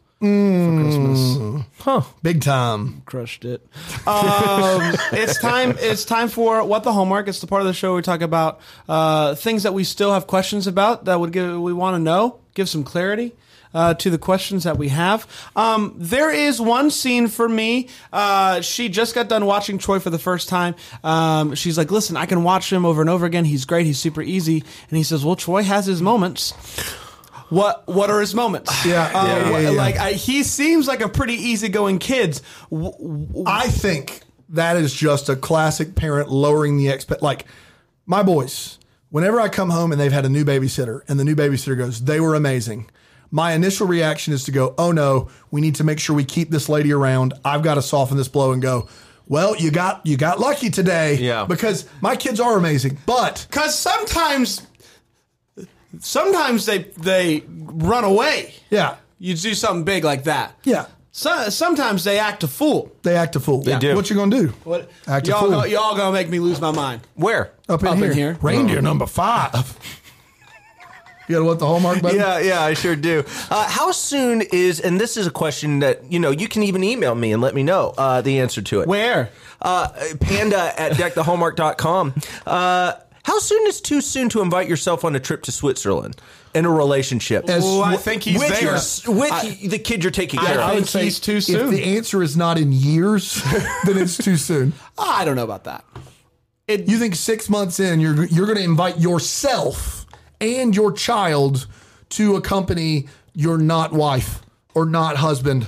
Speaker 1: for Christmas.
Speaker 3: Big time.
Speaker 1: Crushed it. Um, it's time. It's time for what the hallmark. It's the part of the show where we talk about uh, things that we still have questions about that would give we want to know, give some clarity. Uh, to the questions that we have, um, there is one scene for me. Uh, she just got done watching Troy for the first time. Um, she's like, "Listen, I can watch him over and over again. He's great. He's super easy." And he says, "Well, Troy has his moments." What What are his moments?
Speaker 3: Yeah,
Speaker 1: Uh,
Speaker 3: yeah,
Speaker 1: what-
Speaker 3: yeah, yeah.
Speaker 1: like I, he seems like a pretty easygoing kid. W- w-
Speaker 3: I think that is just a classic parent lowering the expect. Like my boys, whenever I come home and they've had a new babysitter, and the new babysitter goes, "They were amazing." My initial reaction is to go, "Oh no, we need to make sure we keep this lady around. I've got to soften this blow and go." Well, you got you got lucky today,
Speaker 2: Yeah.
Speaker 3: Because my kids are amazing, but
Speaker 1: Because sometimes, sometimes they they run away.
Speaker 3: yeah,
Speaker 1: You do something big like that.
Speaker 3: yeah,
Speaker 1: So, sometimes they act a fool.
Speaker 3: they act a fool. They
Speaker 2: do.
Speaker 3: What you gonna do?
Speaker 1: What
Speaker 3: Act a
Speaker 1: y'all
Speaker 3: fool.
Speaker 1: go- y'all gonna make me lose my mind?
Speaker 2: Where?
Speaker 3: up in
Speaker 1: up in
Speaker 3: here,
Speaker 1: here.
Speaker 3: reindeer number five. (laughs) you got what the hallmark button?
Speaker 2: Yeah, yeah, I sure do. Uh, how soon is? And this is a question that you know you can even email me and let me know uh, the answer to it.
Speaker 1: Where?
Speaker 2: uh, panda at deckthehallmark.com. Uh, how soon is too soon to invite yourself on a trip to Switzerland in a relationship?
Speaker 3: As-
Speaker 1: Well, Oh, I think he's
Speaker 2: with
Speaker 1: there.
Speaker 2: your- with the kid you're taking care
Speaker 1: I
Speaker 2: of.
Speaker 1: think he's too soon.
Speaker 3: If the answer is not
Speaker 1: (laughs)
Speaker 3: in years, then it's too soon.
Speaker 1: Oh, I don't know about that. It,
Speaker 3: You think six months in, you're you're going to invite yourself and your child to accompany your not wife or not husband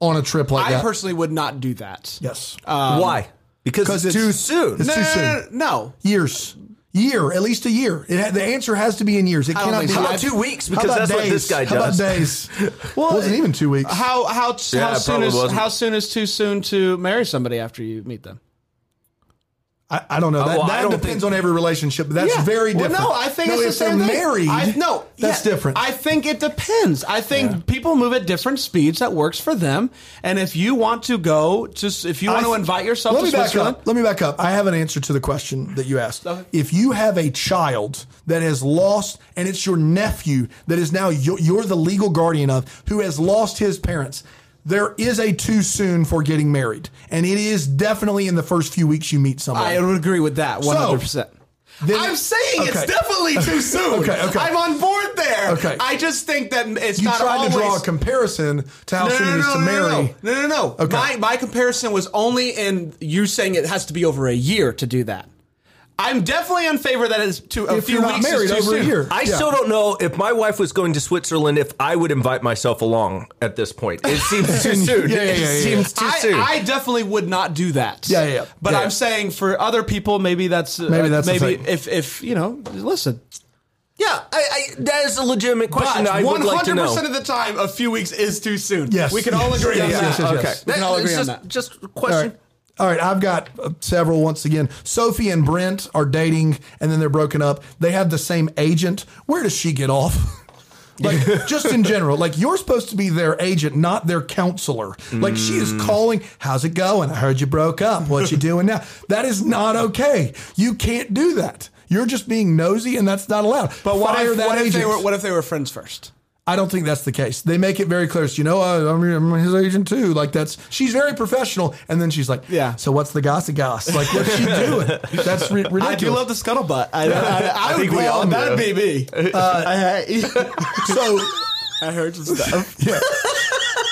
Speaker 3: on a trip
Speaker 1: I
Speaker 3: like
Speaker 1: Uh,
Speaker 3: that?
Speaker 1: personally would not do that.
Speaker 3: yes,
Speaker 1: um,
Speaker 2: Why? Because
Speaker 3: 'cause
Speaker 2: it's,
Speaker 3: it's-
Speaker 2: too soon.
Speaker 3: it's-
Speaker 1: No,
Speaker 3: Too
Speaker 1: no, no,
Speaker 3: soon.
Speaker 1: no, no.
Speaker 3: years, year, at least a year. It ha- the answer has to be in years. It
Speaker 1: don't
Speaker 3: cannot
Speaker 1: think
Speaker 3: be
Speaker 1: so.
Speaker 2: How
Speaker 1: I-
Speaker 2: about two weeks? Because
Speaker 3: How about
Speaker 2: that's what this guy
Speaker 3: How about
Speaker 2: does.
Speaker 1: (laughs)
Speaker 3: days? well, wasn't even two weeks.
Speaker 1: How how
Speaker 2: Yeah,
Speaker 1: how
Speaker 2: it
Speaker 1: soon
Speaker 2: probably
Speaker 1: is
Speaker 2: wasn't.
Speaker 1: how soon is too soon to marry somebody after you meet them?
Speaker 3: I, I
Speaker 1: Uh,
Speaker 3: don't know. That,
Speaker 2: well, I
Speaker 3: that
Speaker 2: don't
Speaker 3: depends
Speaker 2: think-
Speaker 3: on every relationship, but that's
Speaker 1: Yeah.
Speaker 3: very
Speaker 1: Well,
Speaker 3: different.
Speaker 1: no, I think it's
Speaker 3: if
Speaker 1: the same
Speaker 3: they're
Speaker 1: thing.
Speaker 3: married.
Speaker 1: I, no,
Speaker 3: that's
Speaker 1: yeah.
Speaker 3: different.
Speaker 1: I think it depends. I think people move at different speeds. That works for them. And if you want to go, just if you want to
Speaker 3: I-
Speaker 1: invite yourself
Speaker 3: Let
Speaker 1: to
Speaker 3: me back
Speaker 1: Switzerland,
Speaker 3: up. Let me back up. I have an answer to the question that you asked.
Speaker 1: Okay.
Speaker 3: If you have a child that has lost, and it's your nephew that is now you're, you're the legal guardian of, who has lost his parents. There is a too soon for getting married, and it is definitely in the first few weeks you meet someone.
Speaker 1: I would agree with that one hundred percent.
Speaker 3: Then-
Speaker 1: I'm saying it's
Speaker 3: okay.
Speaker 1: definitely too soon.
Speaker 3: (laughs) Okay, okay.
Speaker 1: I'm on board there.
Speaker 3: Okay.
Speaker 1: I just think that it's
Speaker 3: you
Speaker 1: not
Speaker 3: tried
Speaker 1: always
Speaker 3: to draw a comparison to how soon it is to marry.
Speaker 1: No, no, no. no.
Speaker 3: Okay.
Speaker 1: My, my comparison was only in you saying it has to be over a year to do that. I'm definitely in favor that it's to a
Speaker 3: If
Speaker 1: few
Speaker 3: you're not
Speaker 1: weeks is
Speaker 3: married
Speaker 1: too
Speaker 3: over a
Speaker 1: soon.
Speaker 3: year.
Speaker 2: I
Speaker 3: Yeah.
Speaker 2: still don't know if my wife was going to Switzerland if I would invite myself along at this point. It
Speaker 1: (laughs)
Speaker 2: seems too soon.
Speaker 3: Yeah, yeah, yeah, yeah.
Speaker 2: It seems too
Speaker 1: I,
Speaker 2: soon.
Speaker 1: I definitely would not do that.
Speaker 3: Yeah, yeah, yeah.
Speaker 1: But
Speaker 3: Yeah,
Speaker 1: I'm
Speaker 3: yeah.
Speaker 1: saying for other people, maybe that's uh,
Speaker 3: Maybe that's the
Speaker 1: maybe
Speaker 3: thing.
Speaker 1: if if you know, listen.
Speaker 2: yeah, I, I, that is a legitimate question.
Speaker 1: But
Speaker 2: that I would like to know.
Speaker 1: percent of the time, a few weeks is too soon.
Speaker 3: Yes.
Speaker 1: we can all agree
Speaker 3: Yes,
Speaker 1: on
Speaker 3: yes,
Speaker 1: that.
Speaker 3: yes, yes.
Speaker 2: okay,
Speaker 1: we can all
Speaker 2: That's
Speaker 1: agree on
Speaker 2: just,
Speaker 1: that.
Speaker 2: Just a
Speaker 3: All
Speaker 2: question.
Speaker 3: right. All right, I've got uh, several once again. Sophie and Brent are dating and then they're broken up. They have the same agent. Where does she get off? (laughs) like
Speaker 1: (laughs)
Speaker 3: just in general, like you're supposed to be their agent, not their counselor. Like she
Speaker 1: Mm.
Speaker 3: is calling, "How's it
Speaker 1: (laughs)
Speaker 3: going? I heard you broke up. What you doing now?" That is not okay. You can't do that. You're just being nosy, and that's not allowed.
Speaker 1: But what
Speaker 3: Fire
Speaker 1: if,
Speaker 3: that
Speaker 1: what if they
Speaker 3: agent.
Speaker 1: were what if they were friends first?
Speaker 3: I don't think that's the case. They make it very clear. So, you know, I, I'm, I'm his agent too. Like that's she's very professional, and then she's like,
Speaker 1: Yeah.
Speaker 3: So what's the gossip goss? Like what's
Speaker 1: (laughs)
Speaker 3: she doing? That's ri- ridiculous.
Speaker 1: I do love the scuttlebutt. I, I, I,
Speaker 2: I
Speaker 1: would
Speaker 2: think we
Speaker 1: be-
Speaker 2: all
Speaker 1: that'd
Speaker 2: do.
Speaker 1: be
Speaker 3: (laughs)
Speaker 1: me. Uh, (laughs)
Speaker 3: so.
Speaker 1: I heard some stuff.
Speaker 3: (laughs) Yeah.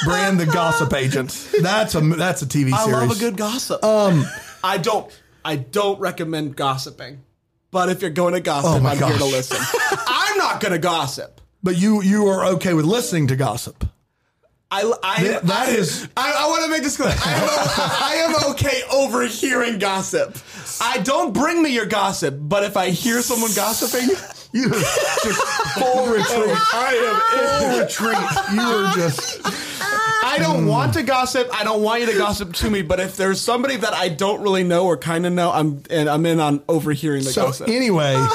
Speaker 3: Brand the gossip agent. That's a that's a TV series.
Speaker 1: I love a good gossip. Um, I don't. I don't recommend gossiping. But if you're going to gossip,
Speaker 3: Oh my
Speaker 1: I'm here to
Speaker 3: gosh.
Speaker 1: listen.
Speaker 3: (laughs)
Speaker 1: I'm not going to gossip.
Speaker 3: But you you are okay with listening to gossip.
Speaker 1: I, I
Speaker 3: Th- that
Speaker 1: I-
Speaker 3: is-
Speaker 1: I, I want to make this clear. I am, o- I am okay overhearing gossip. I don't bring me your gossip, but if I hear someone gossiping,
Speaker 3: (laughs) You are just
Speaker 1: (laughs)
Speaker 3: full retreat.
Speaker 1: Oh.
Speaker 3: I am full retreat. You are just
Speaker 1: I
Speaker 3: Hmm.
Speaker 1: don't want to gossip. I don't want you to gossip to me. But if there's somebody that I don't really know or kind of know, I'm and I'm in on overhearing the
Speaker 3: so
Speaker 1: gossip.
Speaker 3: anyway.
Speaker 1: (laughs)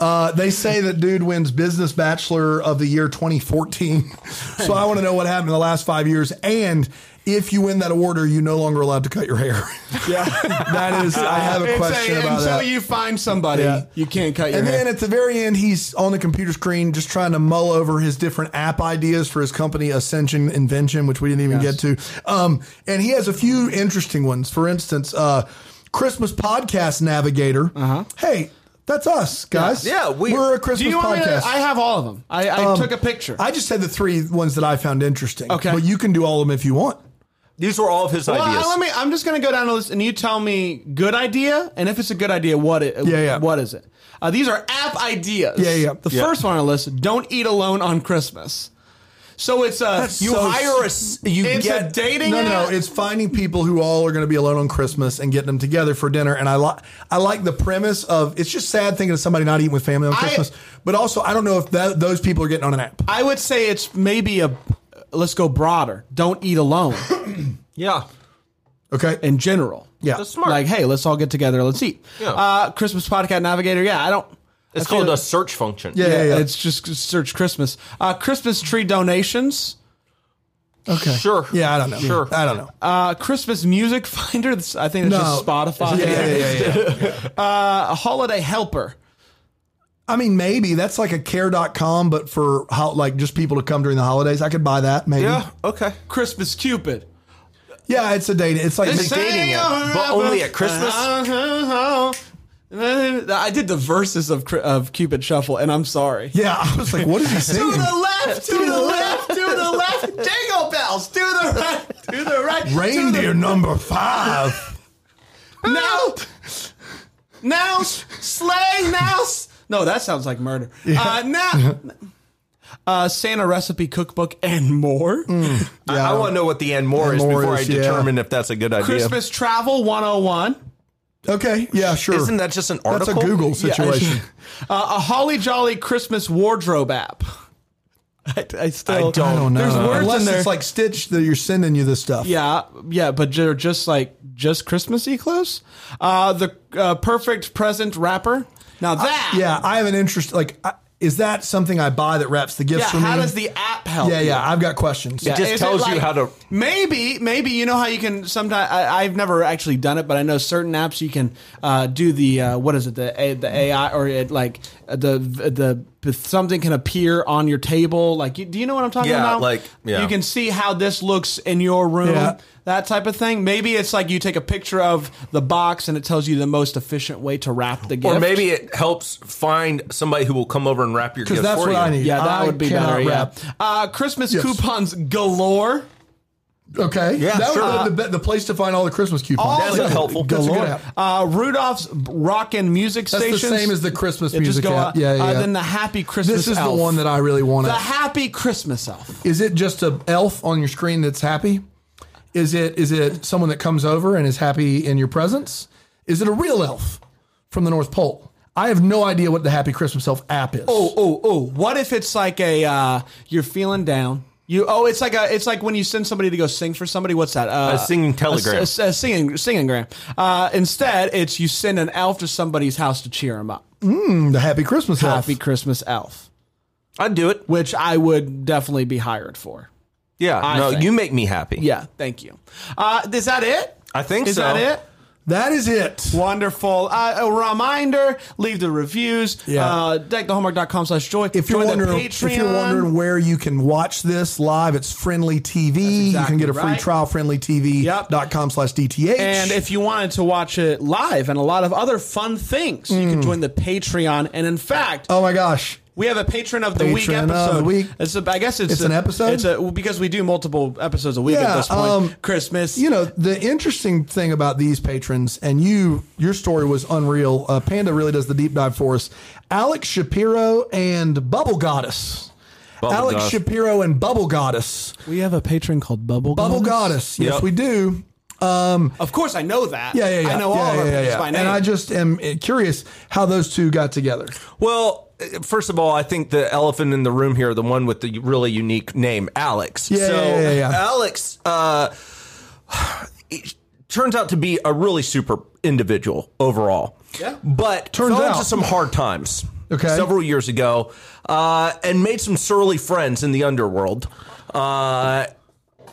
Speaker 3: Uh, they say that dude wins Business Bachelor of the Year 2014. So I want to know what happened in the last five years. And if you win that award, are you no longer allowed to cut your hair?
Speaker 1: yeah.
Speaker 3: that is, (laughs) I have a
Speaker 1: It's
Speaker 3: question about
Speaker 1: until
Speaker 3: that.
Speaker 1: you find somebody,
Speaker 3: Yeah.
Speaker 1: you can't cut your
Speaker 3: And
Speaker 1: hair.
Speaker 3: then at the very end, he's on the computer screen just trying to mull over his different app ideas for his company, Ascension Invention, which we didn't even get to. Um, and he has a few interesting ones. For instance, uh, Christmas Podcast Navigator.
Speaker 1: Uh-huh.
Speaker 3: Hey, that's us, guys.
Speaker 2: Yeah, we-
Speaker 3: are a
Speaker 1: Do
Speaker 3: Christmas
Speaker 1: you want me
Speaker 3: podcast. Um,
Speaker 1: to? I have all of them. I, I took a picture.
Speaker 3: I just said the three ones that I found interesting.
Speaker 1: Okay.
Speaker 3: But you can do all of them if you want.
Speaker 2: These were all of his
Speaker 1: well,
Speaker 2: ideas.
Speaker 1: I- let me. I'm just gonna go down the list, and you tell me good idea, and if it's a good idea, what it?
Speaker 3: Yeah, yeah.
Speaker 1: What is it? Uh, these are app ideas.
Speaker 3: Yeah, yeah.
Speaker 1: The
Speaker 2: Yeah.
Speaker 1: first one on the list: don't eat alone on Christmas. So it's uh, a
Speaker 2: you hire a s- you
Speaker 1: It's
Speaker 2: get
Speaker 1: a dating.
Speaker 3: No, no,
Speaker 1: app?
Speaker 3: no. It's finding people who all are going to be alone on Christmas and getting them together for dinner. And I like, I like the premise of it's just sad thinking of somebody not eating with family on
Speaker 1: I-
Speaker 3: Christmas. But also, I don't know if that, those people are getting on an app.
Speaker 1: I would say it's maybe a let's go broader. Don't eat alone
Speaker 2: yeah.
Speaker 3: Okay,
Speaker 1: in general.
Speaker 3: (laughs) yeah,
Speaker 2: That's smart.
Speaker 1: Like, hey, let's all get together. Let's eat.
Speaker 2: Yeah.
Speaker 1: Uh, Christmas podcast navigator. Yeah, I don't.
Speaker 2: It's
Speaker 1: I
Speaker 2: called
Speaker 1: feel-
Speaker 2: a search function.
Speaker 3: yeah, yeah, yeah.
Speaker 1: It's just search Christmas. Uh, Christmas tree donations.
Speaker 3: okay,
Speaker 2: Sure.
Speaker 3: Yeah, I don't know.
Speaker 2: Sure.
Speaker 3: I don't know.
Speaker 1: Uh, Christmas music (laughs) finder. This- I think it's just Spotify.
Speaker 3: Yeah, yeah, yeah, yeah.
Speaker 1: (laughs) A holiday helper.
Speaker 3: I mean, maybe that's like a care.com, but for how like just people to come during the holidays. I could buy that. Maybe.
Speaker 2: Yeah. Okay.
Speaker 1: Christmas Cupid.
Speaker 3: Yeah, it's a date. It's like
Speaker 2: dating app, but only at Christmas?
Speaker 1: Uh-huh. I did the verses of Cri- of Cupid Shuffle, and I'm sorry.
Speaker 3: yeah. I was like, what is he
Speaker 1: (laughs) To
Speaker 3: singing?
Speaker 1: the left, to
Speaker 3: (laughs)
Speaker 1: the left, to the left, jingle bells, to the right, to the right, To
Speaker 3: Reindeer number five.
Speaker 1: the, now, now, sleigh, now. s- No, that sounds like murder. Uh,
Speaker 3: (laughs)
Speaker 1: now, uh, Santa recipe cookbook and more.
Speaker 3: Mm.
Speaker 2: I- I, want to know what the end more is
Speaker 3: more
Speaker 2: before
Speaker 3: is,
Speaker 2: I
Speaker 3: yeah.
Speaker 2: determine if that's a good idea.
Speaker 1: Christmas travel 101.
Speaker 3: Okay. Yeah. Sure.
Speaker 2: Isn't that just an
Speaker 3: That's
Speaker 2: article?
Speaker 3: a Google
Speaker 1: Yeah,
Speaker 2: (laughs)
Speaker 3: situation.
Speaker 1: uh, a holly jolly Christmas wardrobe app. I, I still
Speaker 2: I don't I don't
Speaker 3: No,
Speaker 1: There's
Speaker 3: no, no.
Speaker 1: words
Speaker 3: Unless
Speaker 1: in there.
Speaker 3: it's like Stitch that you're sending you this stuff.
Speaker 1: yeah, yeah, but they're just like just Christmassy close. Uh, the uh, perfect present wrapper. Now that
Speaker 3: Yeah, I have an interest. Like, I, is that something I buy that wraps the gifts
Speaker 1: yeah.
Speaker 3: for me?
Speaker 1: How does the app help?
Speaker 3: yeah,
Speaker 1: you?
Speaker 3: yeah, I've got questions.
Speaker 1: Yeah,
Speaker 2: just
Speaker 1: Uh, is it
Speaker 2: tells you how to-
Speaker 1: Maybe, maybe you know how you can. Sometimes I, I've never actually done it, but I know certain apps you can uh, do the uh, what is it the A- the AI or it like uh, the the the- something can appear on your table. Like, you, do you know what I'm talking
Speaker 2: Yeah,
Speaker 1: about?
Speaker 2: like, yeah.
Speaker 1: you can see how this looks in your room.
Speaker 3: Yeah.
Speaker 1: That type of thing. Maybe it's like you take a picture of the box and it tells you the most efficient way to wrap the gift.
Speaker 2: Or maybe it helps find somebody who will come over and wrap your gifts
Speaker 3: Because that's
Speaker 2: for
Speaker 3: what
Speaker 2: you.
Speaker 3: I need.
Speaker 1: yeah, that
Speaker 3: I
Speaker 1: would be
Speaker 3: cannot
Speaker 1: better. Yeah.
Speaker 3: wrap.
Speaker 1: Uh, Christmas
Speaker 3: Yes.
Speaker 1: coupons galore.
Speaker 3: Okay. Yeah, that would
Speaker 2: sure.
Speaker 3: be the, be- the place to find all the Christmas coupons.
Speaker 1: That's
Speaker 2: a helpful-
Speaker 3: That's a good
Speaker 1: galore.
Speaker 3: app.
Speaker 1: Uh, Rudolph's Rockin' Music
Speaker 3: That's
Speaker 1: Stations.
Speaker 3: the same as the Christmas
Speaker 1: It
Speaker 3: music
Speaker 1: just go
Speaker 3: app.
Speaker 1: out.
Speaker 3: Yeah, yeah.
Speaker 1: Uh,
Speaker 3: yeah.
Speaker 1: Then the Happy Christmas
Speaker 3: this is
Speaker 1: Elf.
Speaker 3: the one that I really want.
Speaker 1: The
Speaker 3: to
Speaker 1: Happy Christmas Elf.
Speaker 3: Is it just a elf on your screen that's happy? Is it is it someone that comes over and is happy in your presence? Is it a real elf from the North Pole? I have no idea what the Happy Christmas Elf app is.
Speaker 1: Oh, oh, oh. What if it's like a, uh, you're feeling down. You, oh, it's like a, it's like when you send somebody to go sing for somebody. What's that? Uh,
Speaker 2: A singing telegram.
Speaker 1: A, s- a singing, singing gram. Uh, instead, it's you send an elf to somebody's house to cheer them up.
Speaker 3: the Happy Christmas Elf.
Speaker 1: Happy Christmas elf,
Speaker 2: I'd do it.
Speaker 1: which I would definitely be hired for.
Speaker 2: Yeah. no,
Speaker 1: think.
Speaker 2: you make me happy.
Speaker 1: Yeah, thank you. Uh, is that it?
Speaker 2: I think
Speaker 1: Is
Speaker 2: so.
Speaker 1: that it?
Speaker 3: That is it.
Speaker 1: Wonderful. Uh, a reminder, leave the reviews.
Speaker 3: Yeah.
Speaker 1: Uh, deckthehomework.com slash joy.
Speaker 3: If
Speaker 1: Join
Speaker 3: you're,
Speaker 1: the
Speaker 3: wondering, if
Speaker 1: Patreon.
Speaker 3: you're wondering where you can watch this live, it's Friendly TV. you
Speaker 1: exactly
Speaker 3: can get a free
Speaker 1: right.
Speaker 3: trial,
Speaker 1: Yep.
Speaker 3: friendlytv.com slash DTH.
Speaker 1: and if you wanted to watch it live and a lot of other fun things, you can join the Patreon. And in fact,
Speaker 3: Mm. oh my gosh,
Speaker 1: we have a patron of the week
Speaker 3: Patron of
Speaker 1: episode.
Speaker 3: the week.
Speaker 1: It's a, I guess it's,
Speaker 3: It's an episode?
Speaker 1: It's a, because we do multiple episodes a week at
Speaker 3: Yeah,
Speaker 1: this point.
Speaker 3: um,
Speaker 1: Christmas.
Speaker 3: you know, the interesting thing about these patrons, and you, your story was unreal. Uh, Panda really does the deep dive for us. Alex Shapiro and Bubble Goddess.
Speaker 2: Bubble
Speaker 3: Alex
Speaker 2: Goddess.
Speaker 3: Shapiro and Bubble Goddess.
Speaker 1: we have a patron called Bubble
Speaker 3: Bubble Goddess. Yes,
Speaker 2: Yep.
Speaker 3: we do.
Speaker 1: Of course, I know that.
Speaker 3: Yeah, yeah, yeah.
Speaker 1: I know
Speaker 3: yeah,
Speaker 1: all
Speaker 3: yeah,
Speaker 1: of them
Speaker 3: yeah,
Speaker 1: just
Speaker 3: yeah.
Speaker 1: by name.
Speaker 3: And I just am uh, curious how those two got together.
Speaker 2: Well, uh, first of all, I think the elephant in the room here, the one with the really unique name, Alex.
Speaker 3: Yeah,
Speaker 2: so
Speaker 3: yeah, yeah, yeah.
Speaker 2: Alex uh, it turns out to be a really super individual overall.
Speaker 1: Yeah.
Speaker 2: But
Speaker 3: Turns
Speaker 2: fell
Speaker 3: out.
Speaker 2: into some hard times.
Speaker 3: Okay.
Speaker 2: Several years ago, uh, and made some surly friends in the underworld. Uh,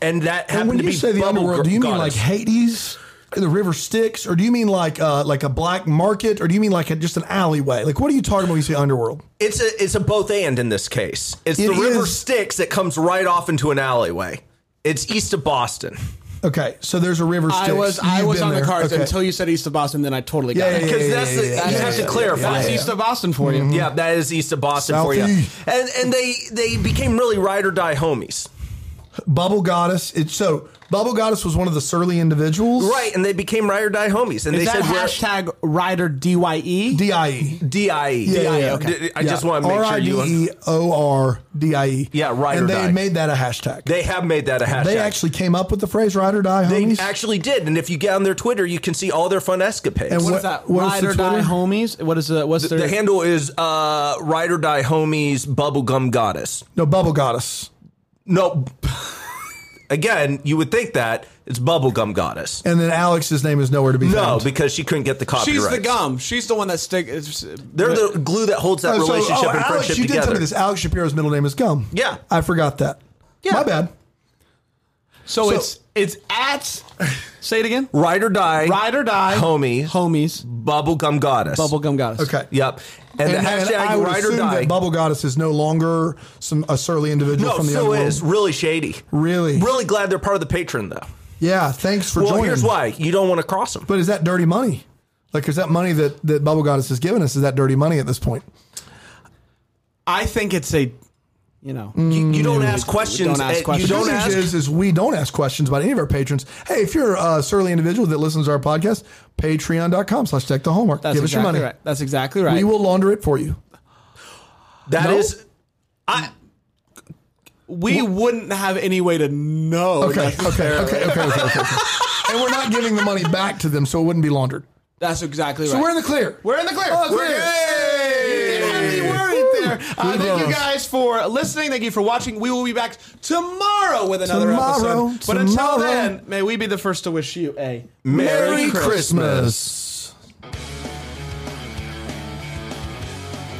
Speaker 2: and that happened
Speaker 3: And when
Speaker 2: to
Speaker 3: you
Speaker 2: be
Speaker 3: say the
Speaker 2: Bubble
Speaker 3: underworld,
Speaker 2: Gr-
Speaker 3: do you mean like
Speaker 2: Goddess.
Speaker 3: Hades, the River Styx, or do you mean like uh, like a black market, or do you mean like a, just an alleyway? Like what are you talking about when you say underworld?
Speaker 2: It's a it's a both and in this case. It's
Speaker 3: It
Speaker 2: the river
Speaker 3: is.
Speaker 2: Styx that comes right off into an alleyway. It's east of Boston
Speaker 3: Hmm. Okay, so there's a River Styx.
Speaker 1: I was I
Speaker 3: You've
Speaker 1: was
Speaker 3: been
Speaker 1: on the
Speaker 3: there.
Speaker 1: cards
Speaker 3: Okay.
Speaker 1: until you said East of Boston, then I totally got
Speaker 3: Yeah, yeah,
Speaker 1: it.
Speaker 3: yeah,
Speaker 2: because
Speaker 3: yeah,
Speaker 2: that's
Speaker 3: yeah,
Speaker 2: the,
Speaker 3: yeah,
Speaker 2: you
Speaker 3: yeah,
Speaker 2: have
Speaker 3: yeah, Mm-hmm.
Speaker 2: to clarify.
Speaker 1: That's
Speaker 2: Yeah,
Speaker 1: East of Boston for you.
Speaker 2: that is east of Boston
Speaker 3: Southeast.
Speaker 2: for you. And and they they became really ride or die homies,
Speaker 3: Bubble Goddess. It, so Bubble Goddess was one of the surly individuals,
Speaker 2: right? And they became ride or die homies. And
Speaker 1: Is
Speaker 2: they
Speaker 1: that
Speaker 2: said we're-
Speaker 1: hashtag Rider DYE?
Speaker 3: D-I-E.
Speaker 2: die.
Speaker 3: E. Yeah, yeah,
Speaker 2: E.
Speaker 3: E.
Speaker 2: I just want to make sure you. un-
Speaker 3: R-I-D-E-O-R-D-I-E.
Speaker 2: Yeah, ride
Speaker 3: And
Speaker 2: or
Speaker 3: they
Speaker 2: die.
Speaker 3: made that a hashtag. They,
Speaker 2: They have made that a hashtag.
Speaker 3: actually came up with the phrase ride or die,
Speaker 2: They
Speaker 3: homies.
Speaker 2: actually did. And if you get on their Twitter, you can see all their fun escapades.
Speaker 3: And
Speaker 1: What is
Speaker 3: What-
Speaker 1: that?
Speaker 3: what is
Speaker 1: Ride
Speaker 3: the
Speaker 1: or die
Speaker 3: Twitter?
Speaker 1: homies? What is the what's their
Speaker 2: the handle is uh, ride or die homies bubblegum goddess.
Speaker 3: no, Bubble Goddess.
Speaker 2: No. (laughs) Again, you would think that it's bubblegum goddess.
Speaker 3: And then Alex's name is nowhere to be
Speaker 2: No,
Speaker 3: found.
Speaker 2: because she couldn't get the copyright.
Speaker 1: She's the gum. She's the one that stick. it's-
Speaker 2: They're the glue that holds that
Speaker 3: Oh, so-
Speaker 2: relationship
Speaker 3: oh,
Speaker 2: and
Speaker 3: Alex,
Speaker 2: friendship
Speaker 3: you did
Speaker 2: together.
Speaker 3: tell me this. Alex Shapiro's middle name is Gum.
Speaker 2: Yeah.
Speaker 3: I forgot that. Yeah. My bad.
Speaker 1: so, it's it's at. Say it again.
Speaker 2: Ride or die.
Speaker 1: Ride or die
Speaker 2: Homies.
Speaker 1: Homies.
Speaker 2: Bubblegum goddess.
Speaker 1: Bubblegum goddess.
Speaker 3: Okay.
Speaker 2: Yep. And,
Speaker 3: And,
Speaker 2: the
Speaker 3: and
Speaker 2: hashtag
Speaker 3: I would
Speaker 2: ride or
Speaker 3: assume
Speaker 2: die.
Speaker 3: that Bubble Goddess is no longer some a surly individual
Speaker 2: no,
Speaker 3: from the
Speaker 2: still
Speaker 3: underworld.
Speaker 2: is. Really shady.
Speaker 3: Really?
Speaker 2: Really glad they're part of the patron, though.
Speaker 3: Yeah. Thanks for
Speaker 2: Well,
Speaker 3: joining.
Speaker 2: here's why. You don't want to cross them.
Speaker 3: But is that dirty money? Like, is that money that, that Bubble Goddess has given us? Is that dirty money at this point?
Speaker 1: I think it's a, you know,
Speaker 3: Mm-hmm.
Speaker 2: you, you don't ask questions.
Speaker 1: ask
Speaker 2: and
Speaker 1: questions.
Speaker 2: You
Speaker 3: The
Speaker 2: don't
Speaker 3: good news
Speaker 2: ask.
Speaker 3: is, is we don't ask questions about any of our patrons. Hey, if you're a surly individual that listens to our podcast, patreon.com slash tech the hallmark.
Speaker 1: that's
Speaker 3: Give us
Speaker 1: exactly
Speaker 3: your money.
Speaker 1: right. That's exactly right.
Speaker 3: We will launder it for you.
Speaker 2: That
Speaker 1: No.
Speaker 2: is-
Speaker 1: we wouldn't have any way to know.
Speaker 3: Okay, okay, okay,
Speaker 1: necessarily.
Speaker 3: okay, okay, okay, okay. (laughs) And we're not giving the money back to them, so it wouldn't be laundered.
Speaker 1: That's exactly right.
Speaker 3: So we're in the clear.
Speaker 1: We're in the clear.
Speaker 3: Oh,
Speaker 1: We're-
Speaker 3: clear.
Speaker 1: Hey! You didn't have me worried there. Uh, thank you guys for listening. Thank you for watching. We will be back tomorrow with another
Speaker 3: Tomorrow,
Speaker 1: episode. But until
Speaker 3: tomorrow.
Speaker 1: then, may we be the first to wish you a
Speaker 2: Merry
Speaker 3: Christmas.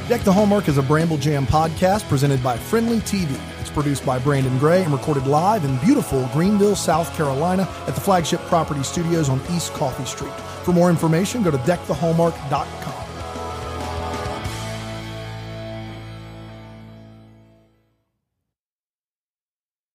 Speaker 3: Deck the Hallmark is a Bramble Jam podcast presented by Friendly TV. It's produced by Brandon Gray and recorded live in beautiful Greenville, South Carolina at the flagship property studios on East Coffee Street. For more information, go to deckthehallmark.com.